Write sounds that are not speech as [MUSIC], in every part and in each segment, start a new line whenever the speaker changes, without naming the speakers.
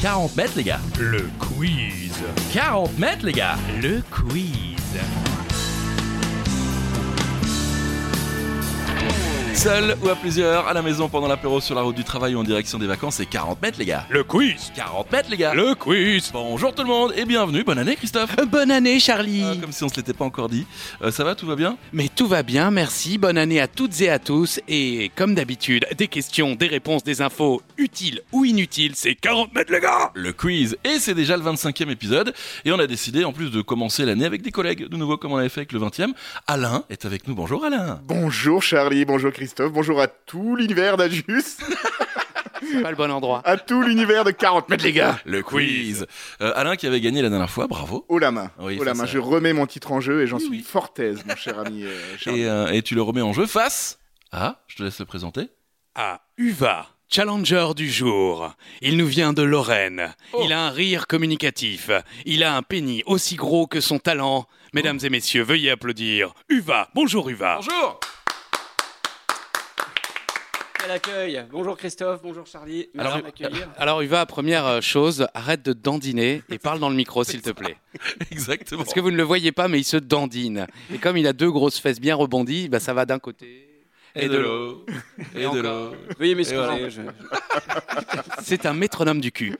40 mètres, les gars.
Le quiz.
40 mètres, les gars.
Le quiz.
Seul ou à plusieurs, à la maison, pendant l'apéro, sur la route du travail ou en direction des vacances, c'est 40 mètres, les gars.
Le quiz.
40 mètres, les gars.
Le quiz.
Bonjour tout le monde et bienvenue. Bonne année, Christophe.
Euh, Bonne année Charlie
Euh, comme si on se l'était pas encore dit. Euh, ça va, tout va bien
Mais tout va bien, merci, bonne année à toutes et à tous, et comme d'habitude, des questions, des réponses, des infos, utiles ou inutiles, c'est 40 mètres les gars
Le quiz. Et c'est déjà le 25e épisode. Et on a décidé, en plus de commencer l'année avec des collègues, de nouveau comme on avait fait avec le 20e. Alain est avec nous. Bonjour Alain.
Bonjour Charlie, bonjour Christophe, bonjour à tout l'univers d'Ajus,
C'est pas le bon endroit.
à tout l'univers de 40 mètres les gars
Le quiz. Euh, Alain qui avait gagné la dernière fois, bravo.
Haut la main,
Oui,
haut la
ça,
main,
ça-
je remets mon titre en jeu et j'en
Oui,
suis
oui.
fort aise, mon cher ami euh, Charlie.
Et, euh, et tu le remets en jeu face à, je te laisse le présenter,
À Uva, challenger du jour. Il nous vient de Lorraine.
Oh.
Il a un rire communicatif. Il a un pénis aussi gros que son talent. Mesdames et messieurs, veuillez applaudir. Uva, bonjour Uva.
Bonjour
Quel accueil Bonjour Christophe, bonjour Charlie, merci
Alors,
de m'accueillir.
Alors Uva, première euh, chose, arrête de dandiner et parle dans le micro s'il te plaît.
[LAUGHS] Exactement.
Parce que vous ne le voyez pas, mais il se dandine. Et comme il a deux grosses fesses bien rebondies, bah, ça va d'un côté.
Et de l'eau. Et de
encore.
l'eau.
Veuillez m'excuser.
voilà.
je-
C'est un métronome du cul.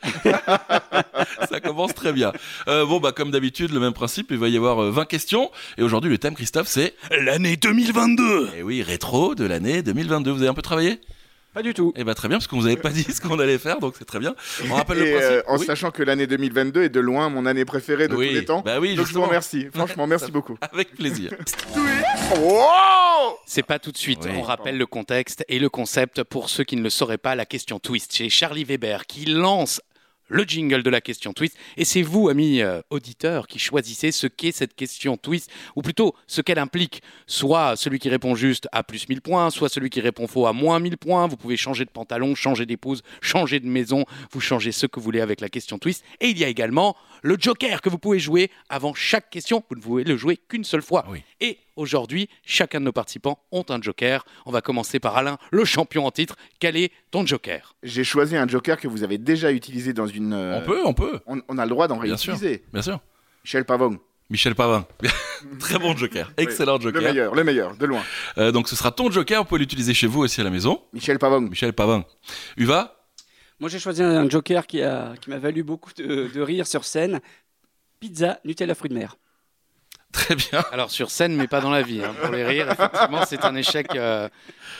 Ça commence très bien. Euh, bon, bah, comme d'habitude, le même principe, il va y avoir euh, 20 questions. Et aujourd'hui, le thème, Christophe, c'est,
L'année 2022
eh oui, rétro de l'année 2022. Vous avez un peu travaillé
Pas du tout.
Eh ben, très bien, parce qu'on vous avait pas dit ce qu'on allait faire, donc c'est très bien. On rappelle
Et,
le
euh,
principe.
en
Oui.
sachant que l'année 2022 est de loin mon année préférée de
Oui.
tous les temps,
Bah oui,
donc je vous
justement.
remercie, franchement merci beaucoup.
Avec plaisir.
Wow
C'est pas tout de suite.
Oui.
On rappelle le contexte et le concept pour ceux qui ne le sauraient pas. La question twist chez Charlie Weber qui lance le jingle de la question twist. Et c'est vous, amis euh, auditeurs, qui choisissez ce qu'est cette question twist, ou plutôt ce qu'elle implique. Soit celui qui répond juste à plus 1000 points, soit celui qui répond faux à moins 1000 points. Vous pouvez changer de pantalon, changer d'épouse, changer de maison. Vous changez ce que vous voulez avec la question twist. Et il y a également le joker que vous pouvez jouer avant chaque question. Vous ne pouvez le jouer qu'une seule fois.
Ah oui.
Et aujourd'hui, chacun de nos participants ont un joker. On va commencer par Alain, le champion en titre. Quel est ton joker
J'ai choisi un joker que vous avez déjà utilisé dans une... euh,
On peut, on peut,
on, on a le droit d'en
Bien sûr.
réutiliser.
bien sûr.
Michel Pavon,
Michel
[LAUGHS]
Pavin. très bon Joker. [LAUGHS] Excellent
le
Joker.
meilleur, le meilleur, de loin.
Euh, donc, ce sera ton Joker. Vous pouvez l'utiliser chez vous aussi à la maison.
Michel Pavon,
Michel Pavin. Uva
Moi j'ai choisi un joker qui a- qui m'a valu beaucoup de, de rire sur scène. Pizza, Nutella, fruits de mer.
Très
[LAUGHS]
bien.
Alors sur scène, mais pas dans la vie. hein. Pour les rires, effectivement, c'est un échec euh,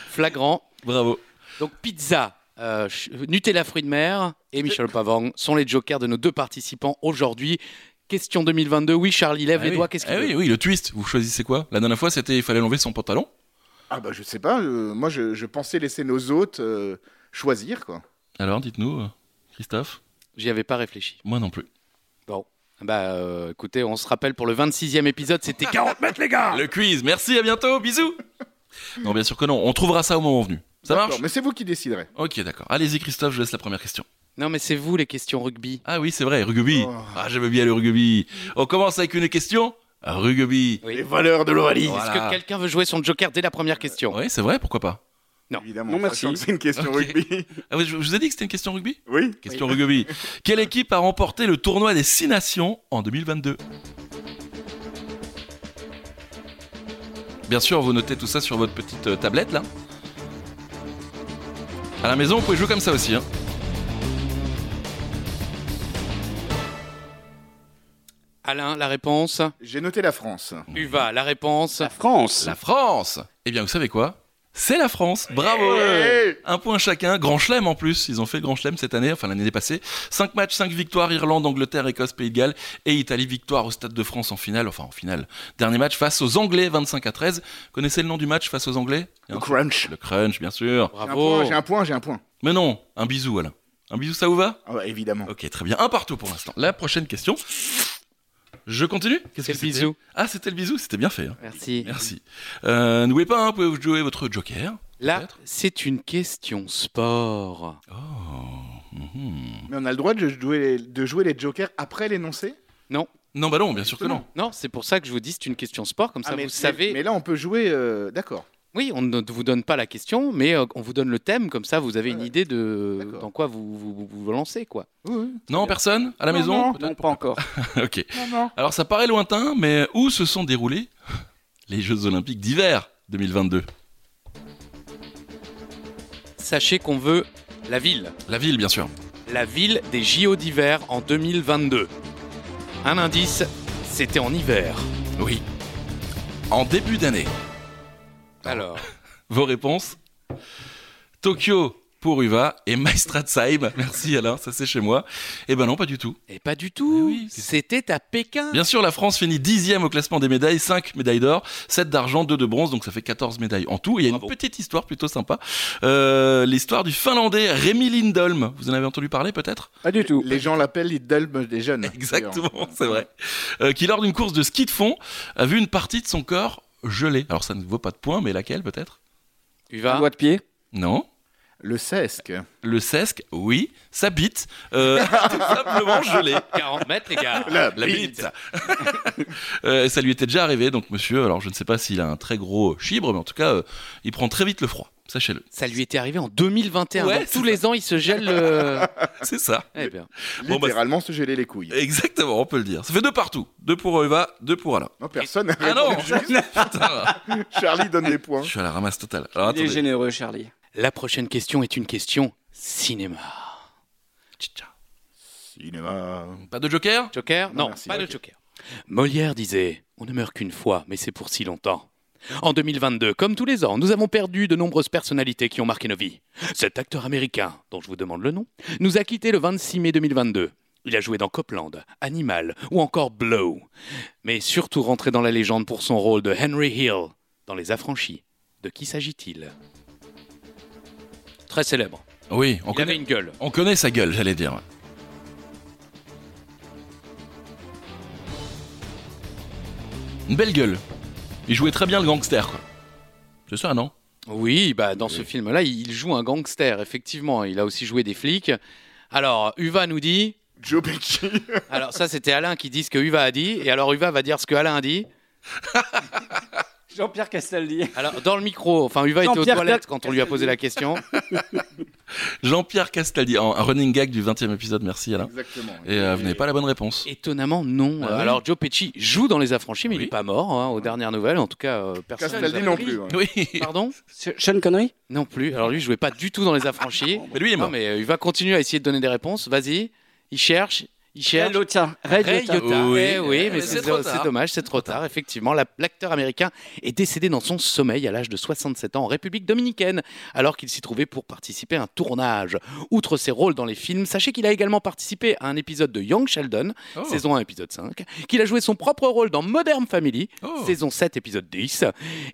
flagrant.
Bravo.
Donc pizza, euh, ch- Nutella fruits de mer et Michel Pavang sont les jokers de nos deux participants aujourd'hui. Question 2022. Oui, Charlie, lève
Ah
les
oui.
doigts. Qu'est-ce qu'il
Ah oui,
veut
oui, le twist. Vous choisissez quoi La dernière fois, c'était il fallait enlever son pantalon.
ah bah je sais pas, euh, moi je, je pensais laisser nos hôtes euh, choisir quoi.
Alors, dites-nous, euh, Christophe.
J'y avais pas réfléchi.
Moi non plus.
Bah euh, écoutez, on se rappelle pour le 26e épisode, c'était 40 mètres les
Ah.
gars
Le quiz. Merci, à bientôt. Bisous.
[LAUGHS]
non, bien sûr que non. On trouvera ça au moment venu. Ça
D'accord,
marche
Mais c'est vous qui déciderez.
Ok, d'accord. Allez-y, Christophe, je laisse la première question.
Non mais c'est vous les questions rugby.
Ah oui, c'est vrai, rugby.
Oh.
Ah, j'aime bien le rugby. On commence avec une question. Rugby.
Oui.
Les valeurs de l'Ovalie.
Voilà.
Est-ce que quelqu'un veut jouer son joker dès la première question
Oui, c'est vrai, pourquoi pas
Évidemment,
Non, merci.
sachant que c'est une question
Ok.
rugby.
[LAUGHS] ah, oui, je, je vous ai dit que c'était une question rugby
Oui.
Question rugby. Quelle équipe a remporté le tournoi des Six Nations en 2022 Bien sûr, vous notez tout ça sur votre petite euh, tablette là. À la maison, vous pouvez jouer comme ça aussi. hein.
Alain, la réponse.
J'ai noté la France.
Uva, la réponse.
La France
La France Eh bien, vous savez quoi C'est la France Bravo
Ouais.
Un point chacun, grand chelem en plus. Ils ont fait le grand chelem cette année, enfin l'année passée. 5 matchs, 5 victoires, Irlande, Angleterre, Écosse, Pays de Galles et Italie, victoire au Stade de France en finale, enfin en finale. Dernier match face aux Anglais, 25 à 13. Connaissez le nom du match face aux Anglais
Le crunch.
Le crunch, bien sûr.
J'ai un
Bravo.
point, J'ai un point, j'ai un point.
Mais non, un bisou Alain. Un bisou, ça vous va
Ah ouais, évidemment.
Ok, très bien. Un partout pour l'instant. La prochaine question. Je continue Qu'est-ce
C'est le
que c'était
bisou.
Ah, c'était le bisou, c'était bien fait. hein.
Merci.
Merci. Euh, N'oubliez pas, hein, vous pouvez jouer votre joker.
Là,
Peut-être.
c'est une question sport.
Oh. mhm.
Mais on a le droit de jouer les, de jouer les jokers après l'énoncé
Non, bah non, bien sûr que non.
Non, c'est pour ça que je vous dis c'est une question sport, comme ça
Ah, mais,
vous savez.
Mais là, on peut jouer. euh, D'accord.
Oui, on ne vous donne pas la question, mais euh, on vous donne le thème, comme ça vous avez une
Ouais.
idée de
D'accord.
dans quoi vous vous, vous- vous lancez. quoi.
Non, personne À la
Non,
maison
non.
Non, pas encore.
[LAUGHS] Ok.
Non, non.
Alors ça paraît lointain, mais où se sont déroulés les Jeux Olympiques d'hiver 2022
Sachez qu'on veut la ville.
La ville, bien sûr.
La ville des JO d'hiver en 2022. Un indice, c'était en hiver.
Oui. En début d'année,
Alors,
vos réponses Tokyo pour Uva et Maestratsheim. Merci Alain, ça c'est chez moi. Eh ben non, pas du tout.
et pas du tout.
Mais oui, c'est-
c'était à Pékin.
Bien sûr, la France finit dixième au classement des médailles, 5 médailles d'or, 7 d'argent, 2 de bronze, donc ça fait 14 médailles en tout. Et il y a
Bravo.
une petite histoire plutôt sympa. Euh, L'histoire du Finlandais Rémi Lindholm. Vous en avez entendu parler peut-être
Pas du tout.
Les gens l'appellent Lidl
[LAUGHS]
des jeunes.
Exactement, c'est vrai. Euh, qui, lors d'une course de ski de fond, a vu une partie de son corps gelée. Alors ça ne vaut pas de points, mais laquelle peut-être
Uva,
Doigt de
Ah,
pied.
Non
Le sesque.
Le sesque, oui, sa bite, euh, [LAUGHS] tout simplement gelée.
40 mètres, les
[LAUGHS]
gars.
Ah, La bite. [LAUGHS] Euh, ça lui était déjà arrivé, donc monsieur, alors je ne sais pas s'il a un très gros chibre, mais en tout cas, euh, il prend très vite le froid, sachez-le.
Ça lui était arrivé en 2021.
Ouais,
donc
c'est
tous les ans, il se gèle
[LAUGHS]
le.
C'est ça.
eh bien.
Bon, bah,
Littéralement se geler les couilles.
Exactement, on peut le dire. Ça fait deux partout. Deux pour Eva, deux pour Alain.
Non, personne n'a
Ah non
répondu.
[LAUGHS] Putain, [LAUGHS]
Charlie donne des points.
Je suis à la ramasse totale. Alors
Il est
attendez.
généreux, Charlie.
La prochaine question est une question cinéma.
Tcha.
Cinéma.
Pas de joker
Joker
Non,
Non,
merci.
pas de
Ok.
Joker. Molière disait On ne meurt qu'une fois, mais c'est pour si longtemps. En 2022, comme tous les ans, nous avons perdu de nombreuses personnalités qui ont marqué nos vies. Cet acteur américain, dont je vous demande le nom, nous a quittés le 26 mai 2022. Il a joué dans Copland, Animal ou encore Blow, mais surtout rentré dans la légende pour son rôle de Henry Hill dans Les Affranchis. De qui s'agit-il Très célèbre.
Oui, on
Il avait
connaît,
une gueule.
on connaît sa gueule, j'allais dire. Une belle gueule. Il jouait très bien le gangster, quoi. C'est ça, non
Oui, bah dans ce film-là, il joue un gangster, effectivement. Il a aussi joué des flics. Alors, Uva nous dit.
Joe Pesci.
Alors, ça, c'était Alain qui dit ce que Uva a dit. Et alors, Uva va dire ce que Alain a dit.
Jean-Pierre Castaldi.
Alors, dans le micro, enfin, Uva était aux
Jean-Pierre
toilettes
Cal-
quand on lui a posé la question.
Jean-Pierre Castaldi, en- un running gag du 20 e épisode, merci Alain.
Exactement.
Et euh, vous n'avez pas la bonne réponse.
Étonnamment, non.
Ah ouais
Alors, Joe Pesci joue dans Les Affranchis, mais il
Oui.
n'est pas mort, hein, aux dernières nouvelles. En tout cas, euh, personne.
Castaldi
nous a
non
pris.
plus. hein. ouais.
Oui,
Pardon
Sean Connery
Non plus. Alors, lui, il jouait pas du tout dans Les Affranchis.
mais lui il est
Non,
mort.
mais euh, Uva continue à essayer de donner des réponses. Vas-y. Il cherche. Il cherche.
Lota. Ray
Ray
Liotta.
Liotta.
Oui.
Eh oui, mais
Mais
c'est
c'est trop
c'est
tard.
dommage, c'est trop tard. Effectivement, La- l'acteur américain est décédé dans son sommeil à l'âge de 67 ans en République dominicaine, alors qu'il s'y trouvait pour participer à un tournage. Outre ses rôles dans les films, sachez qu'il a également participé à un épisode de Young Sheldon,
Oh.
saison 1, épisode 5, qu'il a joué son propre rôle dans Modern Family,
Oh.
saison 7, épisode 10,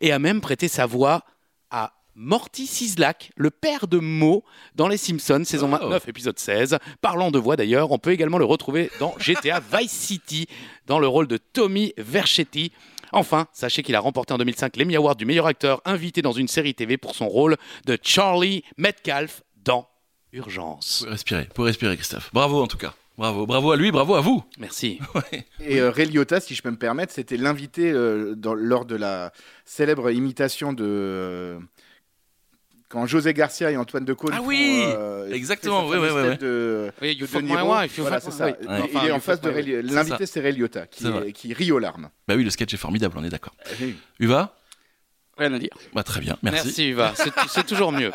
et a même prêté sa voix à Morty Sislak, le père de Mo, dans Les Simpsons, saison
Oh.
29, épisode 16. Parlant de voix d'ailleurs, on peut également le retrouver dans [LAUGHS] GTA Vice City, dans le rôle de Tommy Verchetti. Enfin, sachez qu'il a remporté en 2005 l'Emmy Award du meilleur acteur invité dans une série TV pour son rôle de Charlie Metcalf dans Urgence.
Pour respirer, pour respirer, Christophe. Bravo en tout cas. Bravo, bravo à lui, bravo à vous.
Merci.
Et euh, Ray Liotta, si je peux me permettre, c'était l'invité euh, dans- lors de la célèbre imitation de. euh, quand José Garcia et Antoine Decaux.
Ah
font,
oui
euh,
Exactement,
fait sa
oui, oui,
fameuse
oui,
tête de-
Oui, you
de
fuck
De
my
Niro.
wife, you
Voilà,
fuck
c'est
my-
ça.
oui.
Il-
Enfin,
Il est
you
en
fuck
face de
my
Ray
wife.
Liotta.
C'est
L'invité, c'est Ray Liotta, qui,
C'est vrai. Eh
qui rit aux larmes.
Bah oui, le sketch est formidable, on est d'accord. Uva
Rien à dire.
Bah très bien, merci.
Merci, Uva. C'est- C'est toujours mieux.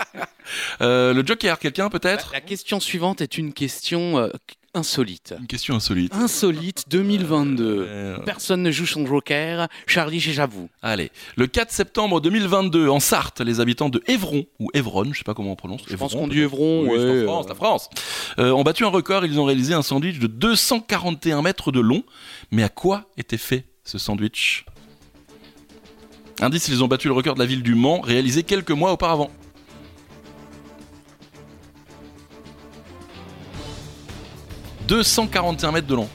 Euh, le Joker, quelqu'un peut-être
La question suivante est une question euh, insolite.
Une question insolite.
Insolite 2022.
Euh,
Personne ne joue son joker. Charlie, j'avoue.
allez, le 4 septembre 2022, en Sarthe, les habitants de Évron, ou Évron, je sais pas comment on prononce.
Je pense
Évron,
qu'on dit Evron.
Oui, c'est en France, la France. Euh, ont battu un record, ils ont réalisé un sandwich de 241 mètres de long. Mais à quoi était fait ce sandwich Indice, ils ont battu le record de la ville du Mans, réalisé quelques mois auparavant. « 241 mètres de long.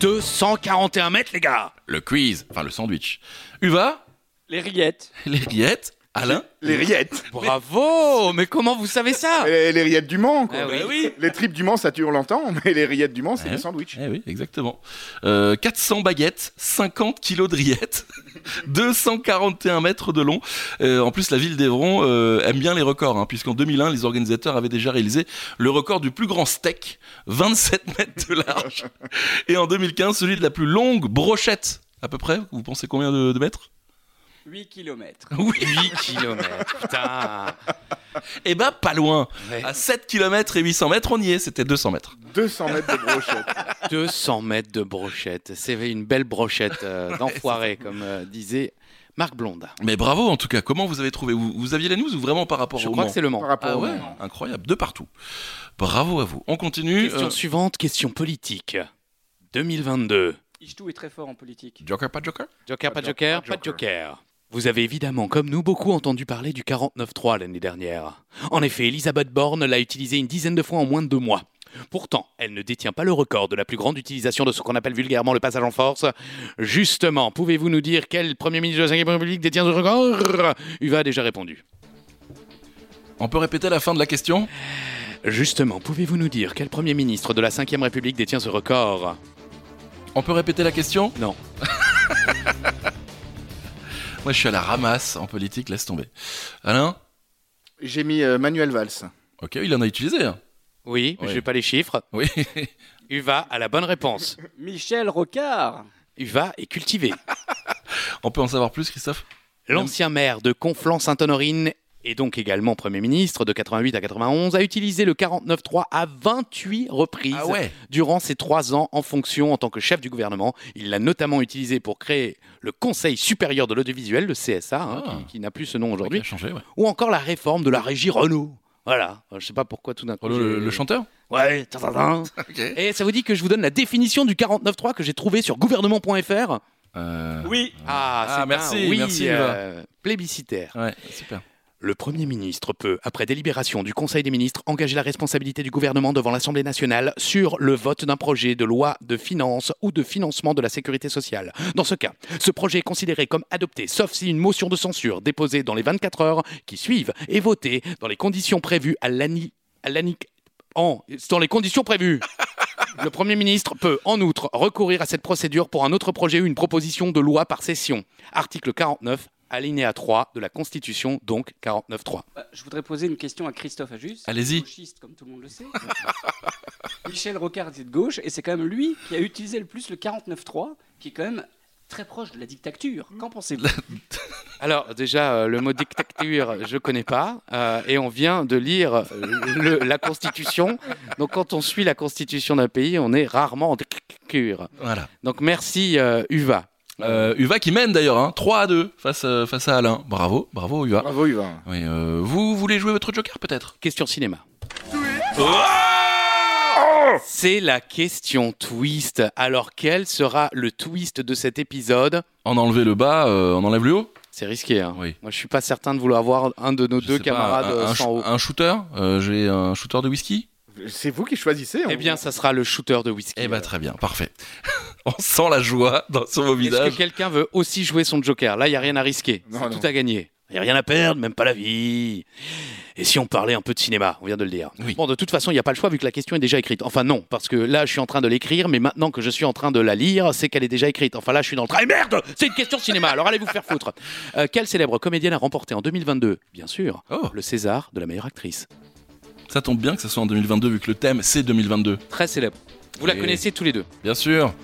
241 mètres, les gars
Le quiz, enfin le sandwich. Uva,
Les rillettes.
les rillettes, Alain
Les rillettes.
[LAUGHS] Bravo Mais comment vous savez ça
Les, les rillettes du Mans, quoi.
Ah oui.
Bah Ah. oui
Les tripes du Mans, ça dure longtemps, mais les rillettes du Mans, c'est
Ouais.
des sandwichs.
Eh oui, exactement. Euh, 400 baguettes, 50 kilos de rillettes, [LAUGHS] 241 mètres de long. Euh, en plus, la ville d'Evron euh, aime bien les records, hein, puisqu'en 2001, les organisateurs avaient déjà réalisé le record du plus grand steak, 27 [LAUGHS] mètres de large, et en 2015, celui de la plus longue brochette, à peu près. Vous pensez combien de, de mètres
8 km.
[LAUGHS] Oui.
8 km, putain
Eh ben, pas loin.
Ouais.
À 7 km et 800 mètres, on y est, c'était 200 mètres.
200 mètres de brochette.
200 mètres de brochette. C'est une belle brochette euh, d'enfoiré, comme euh, disait Marc Blondin.
Mais bravo, en tout cas, comment vous avez trouvé vous, vous aviez la news ou vraiment par rapport
Je
au
crois que
Mans
c'est le
par
Mans.
rapport
Ah
au
ouais,
Mans.
incroyable, de partout. Bravo à vous. On continue.
Question
euh,
suivante, question politique. 2022.
Ichtou est très fort en politique.
Joker, pas Joker
Joker, pas
Pas
de
de
joker, pas de joker. Vous avez évidemment, comme nous, beaucoup entendu parler du 49.3 l'année dernière. En effet, Elisabeth Borne l'a utilisé une dizaine de fois en moins de deux mois. Pourtant, elle ne détient pas le record de la plus grande utilisation de ce qu'on appelle vulgairement le passage en force. Justement, pouvez-vous nous dire quel Premier ministre de la 5ème République détient ce record Uva a déjà répondu.
On peut répéter la fin de la question
Justement, pouvez-vous nous dire quel Premier ministre de la 5ème République détient ce record
On peut répéter la question
Non.
[LAUGHS] Moi, je suis à la ramasse en politique, laisse tomber. Alain
J'ai mis euh, Manuel Valls.
Ok, il en a utilisé. hein.
Oui, mais
Ouais.
je n'ai pas les chiffres. [LAUGHS]
Oui.
Uva a la bonne réponse.
Michel Rocard.
Uva est cultivée.
On peut en savoir plus, Christophe
L'ancien maire de Conflans-Sainte-Honorine et donc également Premier ministre de 88 à 91 a utilisé le 49.3 à 28 reprises
Ah ouais
durant ses trois ans en fonction en tant que chef du gouvernement. Il l'a notamment utilisé pour créer le Conseil supérieur de l'audiovisuel, le CSA, hein,
Ah.
qui, qui n'a plus ce nom
Il
aujourd'hui,
a changé, ouais.
ou encore la réforme de la régie Renault. Voilà, Euh, je sais pas pourquoi tout d'un coup.
Oh, Le,
j'ai-
le chanteur
Ouais, tin, tin, tin.
Ok.
Et ça vous dit que je vous donne la définition du 49.3 que j'ai trouvé sur gouvernement.fr
Euh,
Oui.
Ah,
Ah,
c'est un
merci,
oui,
merci,
euh, plébiscitaire.
Ouais, super.
Le Premier ministre peut, après délibération du Conseil des ministres, engager la responsabilité du gouvernement devant l'Assemblée nationale sur le vote d'un projet de loi de finances ou de financement de la sécurité sociale. Dans ce cas, ce projet est considéré comme adopté, sauf si une motion de censure déposée dans les 24 heures qui suivent est votée dans les conditions prévues à l'ani... à l'ani- en- dans les conditions prévues le Premier ministre peut, en outre, recourir à cette procédure pour un autre projet ou une proposition de loi par session. Article 49, alinéa 3 de la Constitution, donc 49.3.
Bah, je voudrais poser une question à Christophe Ajus.
Allez-y.
Gauchiste, comme tout le monde le sait. [LAUGHS] Michel Rocard était de gauche, et c'est quand même lui qui a utilisé le plus le 49.3, qui est quand même très proche de la dictature. Qu'en pensez-vous
Alors, déjà, euh, le mot dictature, je ne connais pas. euh, et on vient de lire euh, le- la Constitution. Donc, quand on suit la Constitution d'un pays, on est rarement en dictature.
Voilà.
Donc, merci, euh, Uva.
Euh, Uva qui mène d'ailleurs, hein, 3 à 2 face, euh, face à Alain. Bravo, bravo Uva.
Bravo, Yvan.
Oui, euh, vous voulez jouer votre Joker peut-être
Question cinéma. C'est la question twist. Alors quel sera le twist de cet épisode
En enlever le bas, euh, on enlève le haut
C'est risqué. Hein.
Oui.
Moi, je suis pas certain de vouloir voir un de nos
Je
deux
sais pas,
camarades
un- un,
euh, sans
sh-
haut.
un shooter Euh, J'ai un shooter de whisky
C'est vous qui choisissez.
Eh
on-
bien, ça sera le shooter de whisky.
Eh bah très bien, parfait. [LAUGHS] on sent la joie dans, sur vos
Est-ce
visages.
que quelqu'un veut aussi jouer son Joker Là, il y a rien à risquer.
Non,
C'est
non.
tout à gagner. Il y a rien à perdre, même pas la vie. Et si on parlait un peu de cinéma, on vient de le dire.
Oui.
Bon, de toute façon, il n'y a pas le choix vu que la question est déjà écrite. Enfin non, parce que là, je suis en train de l'écrire, mais maintenant que je suis en train de la lire, c'est qu'elle est déjà écrite. Enfin là, je suis dans le train. Eh, merde C'est une question de cinéma, alors allez vous faire foutre. Euh, quelle célèbre comédienne a remporté en 2022, bien sûr,
Oh,
le César de la meilleure actrice
ça tombe bien que ça soit en 2022 vu que le thème c'est 2022.
Très célèbre. Vous la
Et-
connaissez tous les deux.
Bien sûr.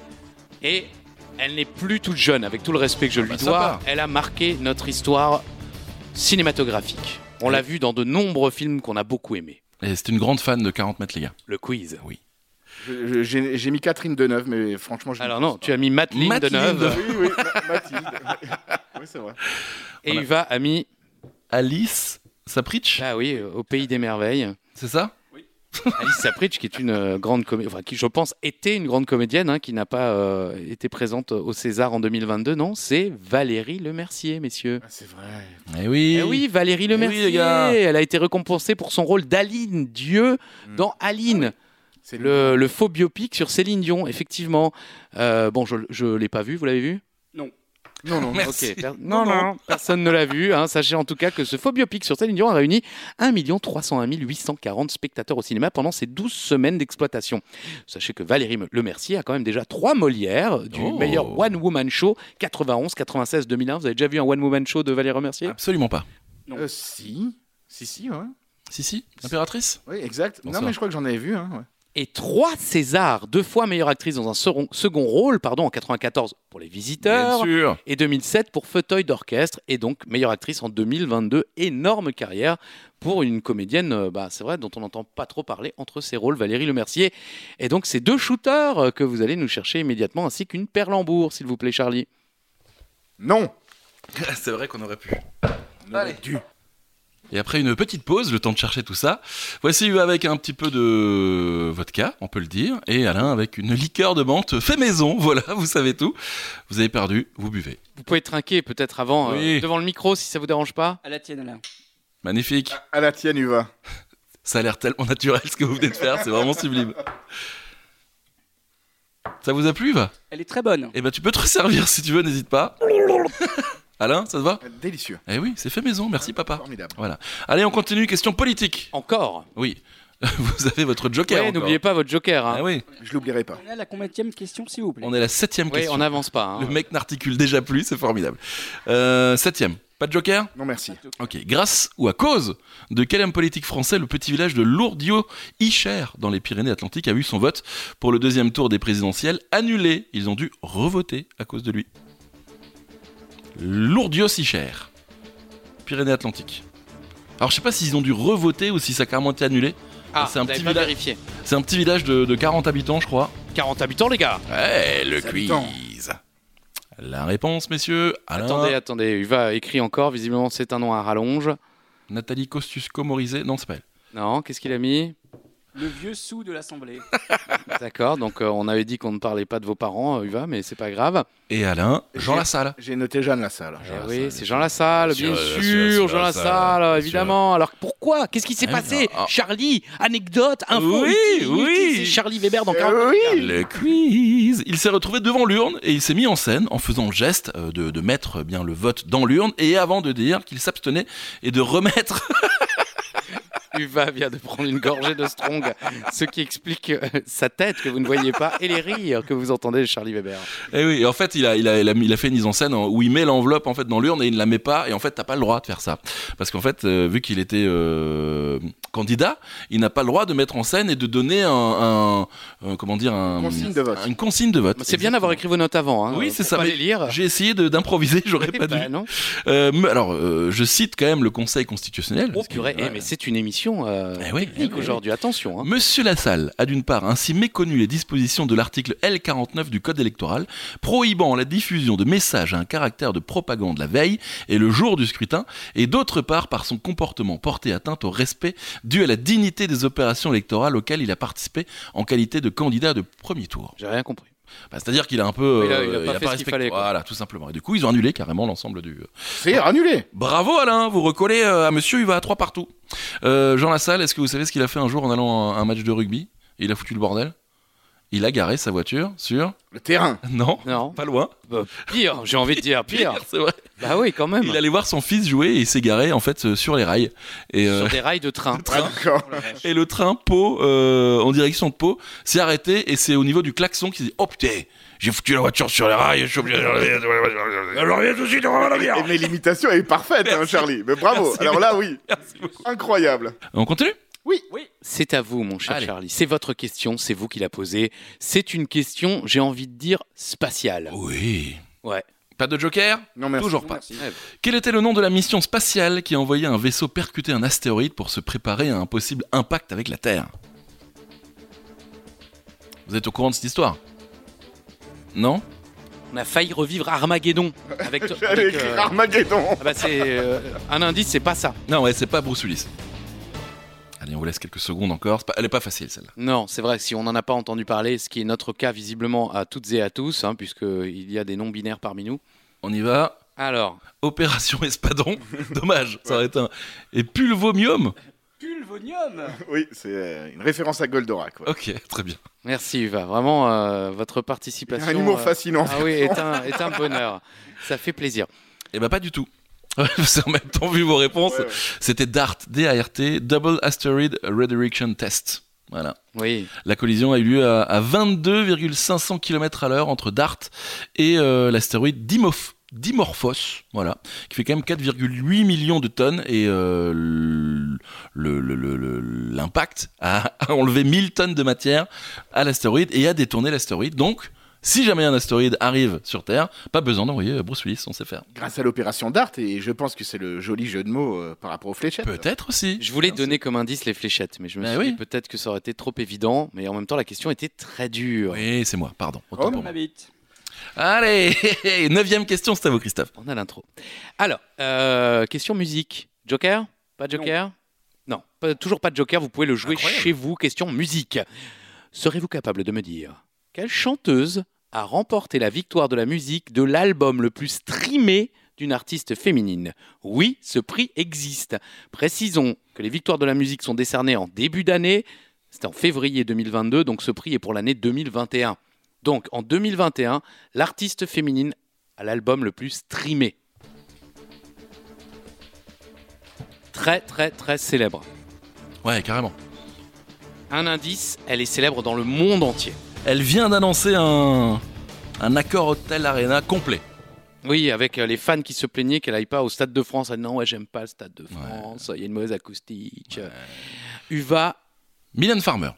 Et elle n'est plus toute jeune, avec tout le respect que je lui
bah,
dois.
sympa.
Elle a marqué notre histoire cinématographique. On l'a vu dans de nombreux films qu'on a beaucoup aimés.
Et c'est une grande fan de 40 mètres les gars.
Le quiz.
Je- je- J'ai j'ai mis Catherine Deneuve, mais franchement, je.
Alors non, tu as mis Mateline,
Mateline
Deneuve
Deneuve.
Oui, oui, Ma- Mathilde. [LAUGHS] oui, c'est vrai.
et
Voilà.
Uva a mis,
Alice Sapritch,
ah oui, euh, au pays
[LAUGHS]
des merveilles.
c'est ça
Alice Sapritch, qui est une euh, grande comédienne, enfin, qui je pense était une grande comédienne, hein, qui n'a pas euh, été présente au César en 2022, non, c'est Valérie Lemercier, messieurs.
Ah, C'est vrai.
Eh oui.
Eh oui, Valérie
oui,
Lemercier,
les gars.
elle a été récompensée pour son rôle d'Aline Dieu
Hmm.
Mm.
dans Aline,
C'est le.
le, le faux biopic sur Céline Dion, effectivement. Euh, bon, je ne l'ai pas vu, vous l'avez vu
Non.
Non, non.
Merci.
Ok, per- non, non, personne ne l'a vu. hein. Sachez en tout cas que ce faux biopic sur Céline Dion a réuni 1 301 840 spectateurs au cinéma pendant ses 12 semaines d'exploitation. Sachez que Valérie Me- Lemercier a quand même déjà trois Molières du
Oh.
meilleur One Woman Show 91, 96, 2001. Vous avez déjà vu un One Woman Show de Valérie Lemercier
Absolument pas.
Euh, si. Si, si, ouais.
Si, si, impératrice
Oui, exact.
Bon,
non,
ça va.
mais je crois que j'en avais vu. Hein, ouais.
et trois Césars, deux fois meilleure actrice dans un seron- second rôle, pardon, en 94 pour Les Visiteurs,
Bien sûr.
et 2007 pour Fauteuil d'orchestre et donc meilleure actrice en 2022. Énorme carrière pour une comédienne, euh, bah, c'est vrai, dont on n'entend pas trop parler entre ses rôles, Valérie Lemercier. Et donc ces deux shooters euh, que vous allez nous chercher immédiatement, ainsi qu'une perlembour, s'il vous plaît, Charlie.
Non.
C'est vrai qu'on aurait pu.
On aurait dû.
Et après une petite pause, le temps de chercher tout ça, voici Yu avec un petit peu de vodka, on peut le dire, et Alain avec une liqueur de menthe fait maison, [LAUGHS] voilà, vous savez tout. Vous avez perdu, vous buvez.
Vous pouvez trinquer peut-être avant, euh,
Oui.
devant le micro, si ça vous dérange pas.
À la tienne, Alain.
Magnifique.
À la tienne, Uva.
Ça a l'air tellement naturel ce que vous venez de faire, c'est vraiment sublime. Ça vous a plu, va
Elle est très bonne.
Eh ben tu peux te resservir si tu veux, n'hésite pas. [LAUGHS] Alain, ça te va
Délicieux.
Eh oui, c'est fait maison, merci papa.
Formidable.
Allez, on continue, question politique.
Encore.
Oui, [LAUGHS] vous avez votre joker.
Ouais,
encore.
n'oubliez pas votre joker. hein.
Ah oui,
Je l'oublierai pas.
On est à la combienième question, s'il vous plaît
on est à la septième
Oui,
question.
on n'avance pas. hein.
Le mec n'articule déjà plus, c'est formidable. Euh, septième, pas de joker
Non, merci.
Ok, grâce ou à cause de quel homme politique français le petit village de Lourdio Icher dans les Pyrénées-Atlantiques a eu son vote pour le deuxième tour des présidentielles annulé Ils ont dû revoter à cause de lui. Lourdio Icher, Pyrénées-Atlantiques. Alors je sais pas s'ils ont dû revoter ou si ça a carrément été annulé.
Ah,
c'est un
vous avez
petit
pas
village.
vérifié.
C'est un petit village de, de 40 habitants, je crois.
40 habitants, les gars.
Ouais, Eh, le
Les habitants.
quiz. La réponse, messieurs. Alain,
Attendez, attendez. Uva écrit encore. Visiblement, c'est un nom à rallonge.
Nathalie Kosciusko-Morizet. Non, c'est pas elle.
Non, qu'est-ce qu'il a mis
Le vieux sou de l'Assemblée.
D'accord, donc euh, on avait dit qu'on ne parlait pas de vos parents, euh, Uva, mais c'est pas grave.
Et Alain, Jean
J'ai-
Lassalle.
J'ai noté Jeanne Lassalle.
Eh
Jean
oui,
Lassalle,
c'est Jean Lassalle,
sûr,
bien
bien sûr,
sûr,
sûr,
Jean
Lassalle,
Lassalle,
bien
évidemment. Alors pourquoi Qu'est-ce qui s'est
Eh
passé
non, ah.
Charlie, anecdote, info.
Oui,
utile,
oui.
utile, c'est Charlie
Eh,
Weber dans 40
Euh, oui.
Le quiz Il s'est retrouvé devant l'urne et il s'est mis en scène en faisant le geste euh, de, de mettre euh, bien le vote dans l'urne et avant de dire qu'il s'abstenait et de
[LAUGHS]
remettre
Uva vient de prendre une gorgée
[LAUGHS]
de strong, ce qui explique euh, sa tête que vous ne voyez pas et les rires que vous entendez de Charlie Weber.
Et Eh oui, et en fait, il a, il, a, il, a, il a fait une mise en scène en- où il met l'enveloppe en fait dans l'urne et il ne la met pas. Et en fait, t'as pas le droit de faire ça parce qu'en fait, euh, vu qu'il était euh, candidat, il n'a pas le droit de mettre en scène et de donner un, un- un- comment dire un-
Consigne de vote.
Une consigne de vote.
C'est bien d'avoir écrit vos notes avant. hein,
Oui,
euh,
c'est
pour
ça,
Pas
mais
les lire.
J'ai essayé de- d'improviser, [LAUGHS] j'aurais
Eh
pas dû.
ben, non.
Euh, me- alors, euh, je cite quand même le Conseil constitutionnel.
Oh
parce que-
purée, eh,
ouais.
mais c'est une émission euh,
Eh oui,
technique
eh oui.
aujourd'hui. Attention. hein.
[LAUGHS] Monsieur Lassalle a d'une part ainsi méconnu les dispositions de l'article L49 du Code électoral, prohibant la diffusion de messages à un caractère de propagande la veille et le jour du scrutin, et d'autre part par son comportement porté atteinte au respect dû à la dignité des opérations électorales auxquelles il a participé en qualité de candidat de premier tour.
J'ai rien compris.
Bah, C'est-à-dire qu'il a un peu...
Il a- il a
euh,
pas fait ce qu'il
respecté-
fallait, quoi.
Voilà, tout simplement. Et du coup, ils ont annulé carrément l'ensemble du...
C'est annulé.
Bravo Alain, vous recollez euh, à monsieur, il va à trois partout. Euh, Jean Lassalle, est-ce que vous savez ce qu'il a fait un jour en allant à un match de rugby Il a foutu le bordel Il a garé sa voiture sur... [LAUGHS]
Le terrain.
Non
Non.
pas loin.
Bah, pire, j'ai envie de dire pire.
c'est vrai.
Bah oui, quand même.
Il allait voir son fils jouer et il s'est garé en fait euh, sur les rails. Et, euh,
Sur des rails
[LAUGHS]
de train.
Ah, D'accord.
et le train Pau, euh, en direction de Pau, s'est arrêté et c'est au niveau du klaxon qu'il dit Oh putain, j'ai foutu la voiture sur les rails, je suis obligé de
[LAUGHS]
Je reviens tout de suite, on va la bière.
Et mais l'imitation est parfaite, hein, Charlie. Mais bravo.
Merci.
Alors là, oui.
Merci beaucoup.
Incroyable.
On continue
C'est à vous, mon cher
Allez.
Charlie. C'est votre question, c'est vous qui la posez. C'est une question, j'ai envie de dire, spatiale.
Oui.
Ouais.
Pas de joker
Non, merci.
Toujours pas. Eh ben.
Merci.
Quel était le nom de la mission spatiale qui envoyait un vaisseau percuter un astéroïde pour se préparer à un possible impact avec la Terre Vous êtes au courant de cette histoire Non
On a failli revivre Armageddon. Avec, [LAUGHS]
J'allais
avec, euh,
écrire Armageddon.
ah bah c'est euh, un indice, c'est pas ça.
Non, ouais, c'est pas Bruce Willis. Allez, on vous laisse quelques secondes encore. C'est pas- Elle est pas facile celle-là.
Non, c'est vrai, si on n'en a pas entendu parler, ce qui est notre cas visiblement à toutes et à tous, hein, puisqu'il y a des non-binaires parmi nous.
On y va.
Alors,
[LAUGHS] Opération Espadon. Dommage, ça aurait été un. Et Pulvomium
Pulvonium
Oui, c'est euh, une référence à Goldorak. ouais.
Ok, très bien.
Merci Uva, vraiment euh, votre
Il y a
participation.
un humour
euh,
fascinant.
Ah oui, est un, est un bonheur. Ça fait plaisir.
Eh ben pas du tout. [LAUGHS] C'est en même temps vu vos réponses.
Ouais, ouais.
C'était DART, D-A-R-T, Double Asteroid Redirection Test. Voilà.
Oui,
La collision a eu lieu à, à 22,500 km à l'heure entre DART et euh, l'astéroïde Dimoph- Dimorphos, voilà, qui fait quand même 4,8 millions de tonnes et euh, l- le- le- le- le- l'impact a, [LAUGHS] a enlevé 1000 tonnes de matière à l'astéroïde et a détourné l'astéroïde. Donc, si jamais un astéroïde arrive sur Terre, pas besoin d'envoyer euh, Bruce Willis, on sait faire.
Grâce à l'opération DART, et je pense que c'est le joli jeu de mots euh, par rapport aux fléchettes.
Peut-être aussi.
je voulais
Merci.
donner comme indice les fléchettes, mais je me
Bah
suis
oui.
dit peut-être que ça aurait été trop évident, mais en même temps la question était très dure.
Oui, c'est moi, pardon. autant
Oh,
pour
Comme
moi.
ma bite.
Allez, [LAUGHS] neuvième question, c'est à vous Christophe.
On a l'intro. Alors, euh, question musique. Joker Pas Joker Non, pas- toujours pas de Joker, vous pouvez le jouer
Incroyable.
chez vous. Question musique. Serez-vous capable de me dire quelle chanteuse a remporté la victoire de la musique de l'album le plus streamé d'une artiste féminine Oui, ce prix existe. Précisons que les victoires de la musique sont décernées en début d'année. C'était en février 2022, donc ce prix est pour l'année 2021. Donc en 2021, l'artiste féminine à l'album le plus streamé. Très très très célèbre.
Ouais, carrément.
Un indice, elle est célèbre dans le monde entier.
Elle vient d'annoncer un, un accord Hotel Arena complet.
Oui, avec euh, les fans qui se plaignaient qu'elle aille pas au Stade de France. Ah non, ouais, j'aime pas le Stade de France, il y a une mauvaise acoustique. Uva,
Mylène Farmer.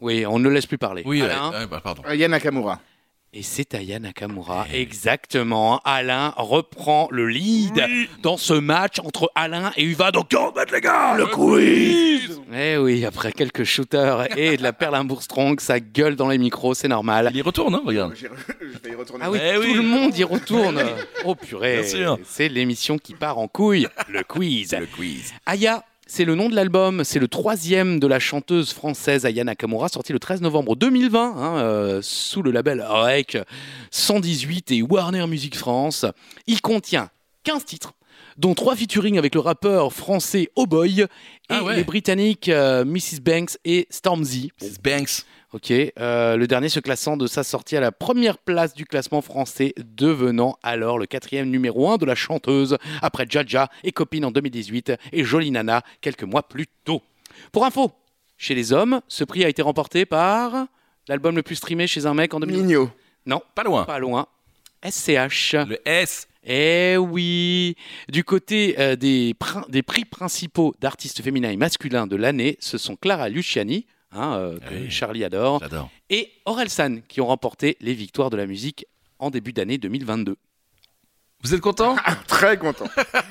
oui, on ne laisse plus parler.
Oui,
Alain,
ouais, ouais, bah, pardon.
Euh, Yann Nakamura.
et c'est Aya Nakamura. Exactement, Alain reprend le lead dans ce match entre Alain et Uva. Donc, on bat les gars, le quiz Eh oui, après quelques shooters et de la perlimbour strong, ça gueule dans les micros, c'est normal.
Il y retourne, hein, regarde.
J'ai- [LAUGHS] Je vais y retourner.
Ah oui,
Eh
tout
oui.
le monde
[LAUGHS]
y retourne. Oh purée,
Bien sûr.
c'est l'émission qui part en couille, le quiz. Le quiz. Aya, c'est le nom de l'album, c'est le troisième de la chanteuse française Aya Nakamura, sorti le 13 novembre 2020, hein, euh, sous le label REC 118 et Warner Music France. Il contient 15 titres dont trois featuring avec le rappeur français Oboy et
Ah ouais.
les britanniques euh, Mrs Banks et Stormzy.
Miss Banks.
Ok, euh, le dernier se classant de sa sortie à la première place du classement français, devenant alors le quatrième numéro 1 de la chanteuse, après Jaja et Copine en 2018 et Jolie Nana quelques mois plus tôt. Pour info, chez les hommes, ce prix a été remporté par l'album le plus streamé chez un mec en 2018.
Mignot.
Non,
Pas loin.
pas loin. SCH.
Le S.
Eh oui Du côté euh, des, prin- des prix principaux d'artistes féminins et masculins de l'année, ce sont Clara Luciani, hein, euh,
Ah
que
oui.
Charlie adore,
J'adore.
et Orelsan qui ont remporté les victoires de la musique en début d'année 2022.
Vous êtes content
[LAUGHS]
Ah, Très content.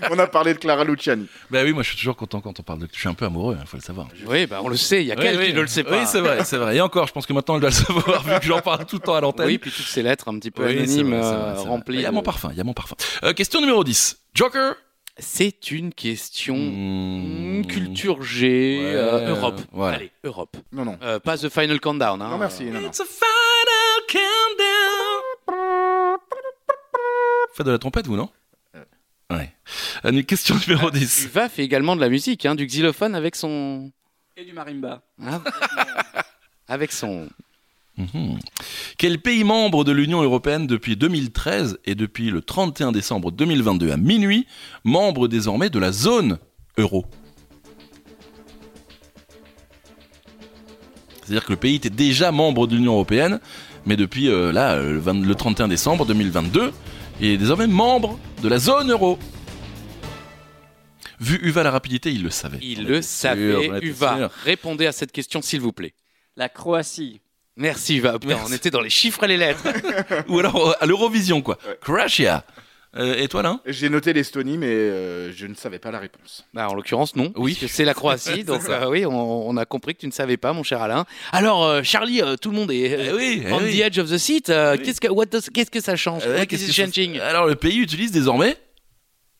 On a parlé de Clara Luciani.
Bah oui, moi je suis toujours content quand on parle de. Je suis un peu amoureux, il faut le savoir.
Oui, bah on le sait, il y a
Oui,
quelqu'un
oui.
qui ne le sait pas.
Oui, c'est vrai, c'est vrai. Et encore, je pense que maintenant elle doit le [LAUGHS] savoir vu que j'en parle tout le temps à l'antenne.
Oui, puis toutes ces lettres un petit peu
Oui, c'est
anonymes,
vrai, c'est vrai,
euh,
c'est vrai.
remplies.
Il y a
de-
mon parfum, il y a mon parfum. Euh, question numéro 10. Joker.
C'est une question
Mmh.
mm, culture G,
Ouais,
euh, Europe.
voilà.
Allez, Europe.
Non, non.
Euh, pas The Final Countdown. hein.
Non, merci. Non, non.
It's a final countdown. Faites de la trompette, vous, non Ouais. Euh, question
Ah,
numéro 10.
Uva fait également de la musique, hein, du xylophone avec son...
Et du marimba.
[LAUGHS]
hein, avec son...
Mhm. Quel pays membre de l'Union européenne depuis 2013 et depuis le 31 décembre 2022 à minuit, membre désormais de la zone euro C'est-à-dire que le pays était déjà membre de l'Union européenne, mais depuis euh, là, euh, le, 20 le 31 décembre 2022, il est désormais membre de la zone euro. Vu Uva la rapidité, il le savait.
Il
On
le
était sûr, on
savait.
était
Uva,
sûr.
répondez à cette question s'il vous plaît.
La Croatie.
Merci Uva. Putain,
Merci.
on était dans les chiffres et les lettres.
Ou alors euh, à l'Eurovision, quoi.
Ouais.
Croatia. Euh, et toi, là
J'ai noté l'Estonie, mais euh, je ne savais pas la réponse.
Bah, en l'occurrence, non.
Oui.
puisque c'est la
[LAUGHS]
Croatie. donc, euh, oui, on, on a compris que tu ne savais pas, mon cher Alain. Alors, euh, Charlie, euh, tout le monde est
Eh
euh,
oui, eh
on
oui.
the edge of the seat. euh,
Oui.
qu'est-ce, que, what does- qu'est-ce que ça change
Euh,
What
qu'est-ce
is
que
it
ça-
changing
Alors le pays utilise désormais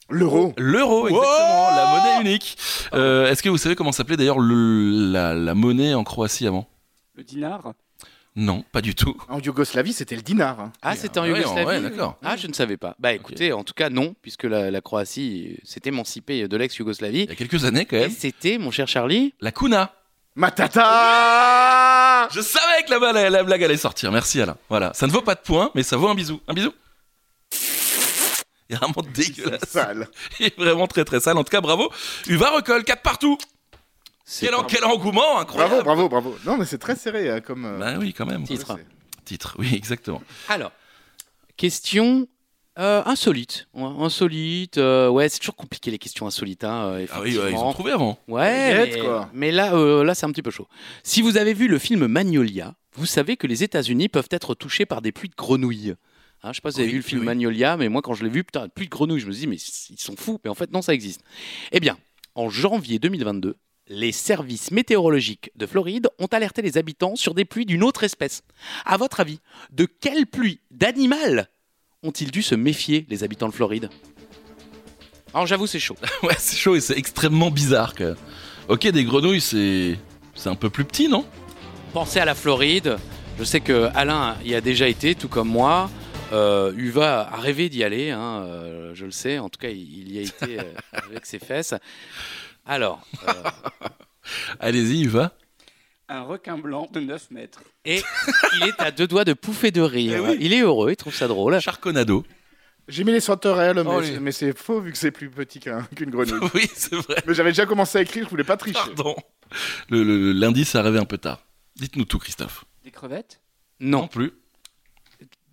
L'euro.
l'euro, exactement, la monnaie unique. Euh, Est-ce que vous savez comment s'appelait d'ailleurs le- la, la monnaie en Croatie avant
Le dinar.
Non, pas du tout.
En Yougoslavie, c'était le dinar. hein.
Ah,
Il y a-
c'était en
ouais,
Yougoslavie
ouais, d'accord.
Ah, je ne savais pas. Bah écoutez, en tout cas, non, puisque la, la Croatie euh, s'est émancipée de l'ex-Yougoslavie.
Il y a quelques années quand
Et
même.
c'était, mon cher Charlie,
La Kuna.
Matata
Je savais que la, balle- la blague allait sortir. Merci Alain. Voilà, ça ne vaut pas de points, mais ça vaut un bisou. Un bisou. Il est
[LAUGHS]
vraiment dégueulasse.
Sale.
Il est vraiment très très sale. En tout cas, bravo. Uva recolle 4 partout.
c'est
Quel, en- quel engouement
Bravo,
incroyable.
bravo, bravo. Non, mais c'est très serré euh, comme. euh,
Bah oui, quand même.
Titre.
c'est-
Titre, oui, exactement.
Alors, question euh, insolite. Ouais, insolite, euh, ouais, c'est toujours compliqué les questions insolites, hein, euh,
Ah oui, ouais, ils ont
effectivement.
trouvé avant.
Ouais,
T'inquiète,
mais,
quoi.
mais là, euh, là c'est un petit peu chaud. Si vous avez vu le film Magnolia, vous savez que les États-Unis peuvent être touchés par des pluies de grenouilles. Hein, je sais pas si vous avez
Oui,
vu le film
oui.
Magnolia, mais moi quand je l'ai vu, putain, pluie de grenouilles, je me suis dit, mais ils sont fous, mais en fait non, ça existe. Eh bien, en janvier 2022, les services météorologiques de Floride ont alerté les habitants sur des pluies d'une autre espèce. À votre avis, de quelle pluie d'animal ont-ils dû se méfier, les habitants de Floride Alors j'avoue, c'est chaud.
[LAUGHS] Ouais, c'est chaud et c'est extrêmement bizarre. Que... Ok, des grenouilles, c'est. C'est un peu plus petit, non
Pensez à la Floride. Je sais que Alain y a déjà été, tout comme moi. Euh, Uva a rêvé d'y aller, hein, euh, je le sais. En tout cas, il il y a été euh,
[LAUGHS]
avec ses fesses. Alors, euh,
Allez-y, Uva.
Un requin blanc de 9 mètres.
et il est à deux doigts de pouffer de rire.
Eh oui.
Il est heureux, il trouve ça drôle.
Charconado.
J'ai mis les sauterelles, mais,
Oh, les-
mais c'est faux vu que c'est plus petit qu'un- [LAUGHS] qu'une grenouille.
[LAUGHS] Oui, c'est vrai.
mais j'avais déjà commencé à écrire, je voulais pas tricher.
Pardon. Le, le- le lundi, ça arrivait un peu tard. Dites-nous tout, Christophe.
Des crevettes
Non.
plus.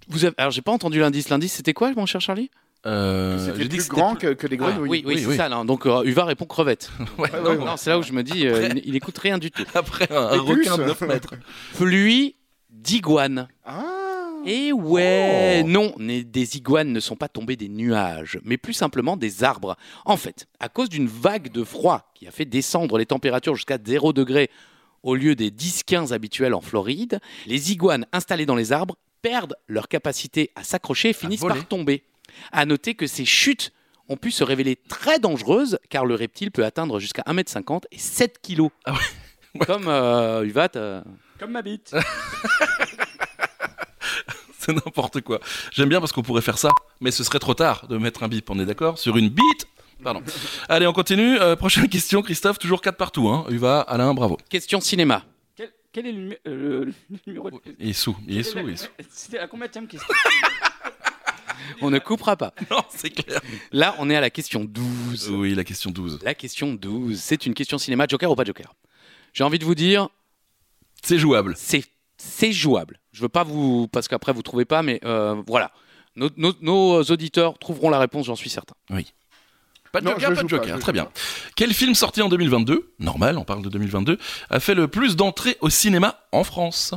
Vous avez... Alors, j'ai pas entendu l'indice. L'indice, c'était quoi, mon cher Charlie
Euh, j'ai
C'était
dit que
plus
c'était
grand que, que les
Ah,
grenouilles.
Oui, oui,
Oui,
c'est
oui. Ah,
ça. là. Donc, euh, Uva répond crevette.
Ouais,
Ouais,
non,
ouais,
non.
Non, c'est là où je me dis, euh, il, il écoute rien du tout.
[LAUGHS] Après un, un
Et plus. euh,
requin de 9 mètres. [LAUGHS]
Pluie d'iguane.
Ah
Et ouais,
Oh.
non, mais des iguanes ne sont pas tombées des nuages, mais plus simplement des arbres. En fait, à cause d'une vague de froid qui a fait descendre les températures jusqu'à 0 degré au lieu des 10-15 habituels en Floride, les iguanes installées dans les arbres perdent leur capacité à s'accrocher et finissent
voler.
par tomber. À noter que ces chutes ont pu se révéler très dangereuses car le reptile peut atteindre jusqu'à 1m50 et 7 kg.
Ah ouais. Ouais.
Comme euh, Uvat, euh,
Comme
[LAUGHS]
ma bite.
C'est n'importe quoi. J'aime bien parce qu'on pourrait faire ça, mais ce serait trop tard de mettre un bip, on est d'accord Sur une bite
[LAUGHS]
Pardon. Allez, on continue. Euh, prochaine question, Christophe, toujours 4 partout. Hein. Uva, Alain, bravo.
question cinéma.
Quel, quel est le, numé- euh, le- le numéro de...
Il est sous, il est sous, il est sous.
C'était la combattième question
On ne coupera pas.
[LAUGHS] Non, c'est clair.
Là, on est à la question 12.
Oui, la question 12.
La question 12, c'est une question cinéma, Joker ou pas Joker J'ai envie de vous dire,
C'est jouable.
c'est, c'est jouable. Je veux pas vous... Parce qu'après, vous trouvez pas, mais euh, voilà. Nos, nos- nos auditeurs trouveront la réponse, j'en suis certain.
Pas de
Non,
Joker,
je
pas de
joue pas,
Joker. hein,
je
Très
joue
bien. Quel film sorti en 2022, normal, on parle de 2022, a fait le plus d'entrées au cinéma en France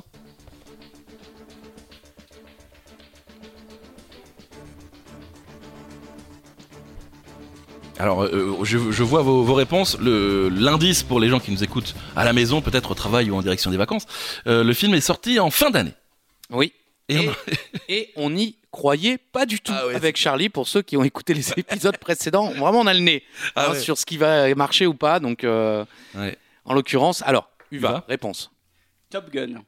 Alors, euh, je, je vois vos, vos réponses. Le- L'indice pour les gens qui nous écoutent à la maison, peut-être au travail ou en direction des vacances, euh, le film est sorti en fin d'année.
Oui.
Et
Eh
on-
Et on n'y croyait pas du tout
Ah ouais,
avec Charlie, pour ceux qui ont
[LAUGHS]
écouté les épisodes précédents. Vraiment, on a le nez
Ah
hein,
ouais.
sur ce qui va marcher ou pas. Donc, euh,
Ouais.
en l'occurrence, alors, Uva,
Uva.
réponse.
Top Gun.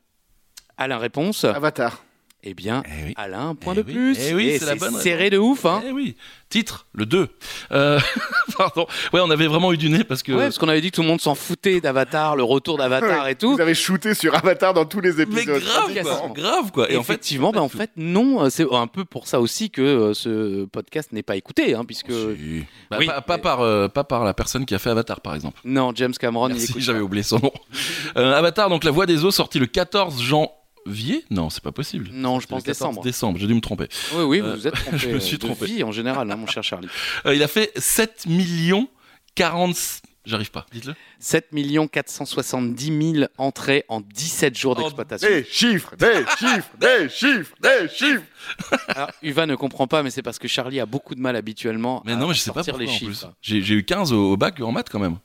Alain, réponse.
Avatar.
Eh bien,
Eh oui.
Alain, point
Ah. Eh
de
oui.
plus.
Eh oui,
Et
c'est la bonne
serré de ouf. Hein.
Eh oui, titre, le 2. Euh, [LAUGHS] pardon. Ouais, on avait vraiment eu du nez parce que.
Ouais, parce qu'on avait dit que tout le monde s'en foutait d'Avatar, le retour d'Avatar et tout.
Vous avez shooté sur Avatar dans tous les
mais
épisodes. Ah,
grave,
Efficacement.
quoi. grave quoi.
Et
Et en fait,
effectivement, bah, en fait, non, euh, c'est un peu pour ça aussi que euh, ce podcast n'est pas écouté, hein, puisque
Si. Bah,
Oui.
pas, pas par, euh, pas par la personne qui a fait Avatar, par exemple.
non, James Cameron, il
Merci,
écoute.
j'avais oublié son nom. Euh, Avatar, donc La Voix des Eaux, sorti le 14 janvier Non, c'est pas possible.
Non, je pense
C'est le 14
décembre.
décembre, j'ai dû me tromper.
Oui, oui,
Euh,
vous
[LAUGHS]
vous êtes trompé.
je me suis
de
trompé.
vie, en général, hein, mon cher Charlie.
Euh, il a fait 7 millions 40. J'arrive pas, dites-le.
7 470 000 entrées en 17 jours
Oh,
d'exploitation.
Des chiffres,
[LAUGHS]
des chiffres, des chiffres, des chiffres.
Alors, Uva ne comprend pas, mais c'est parce que Charlie a beaucoup de mal habituellement
Mais
à
non, mais je sais pas
sortir
pourquoi
les
en
chiffres.
plus. J'ai j'ai eu 15 au, au bac en maths quand même.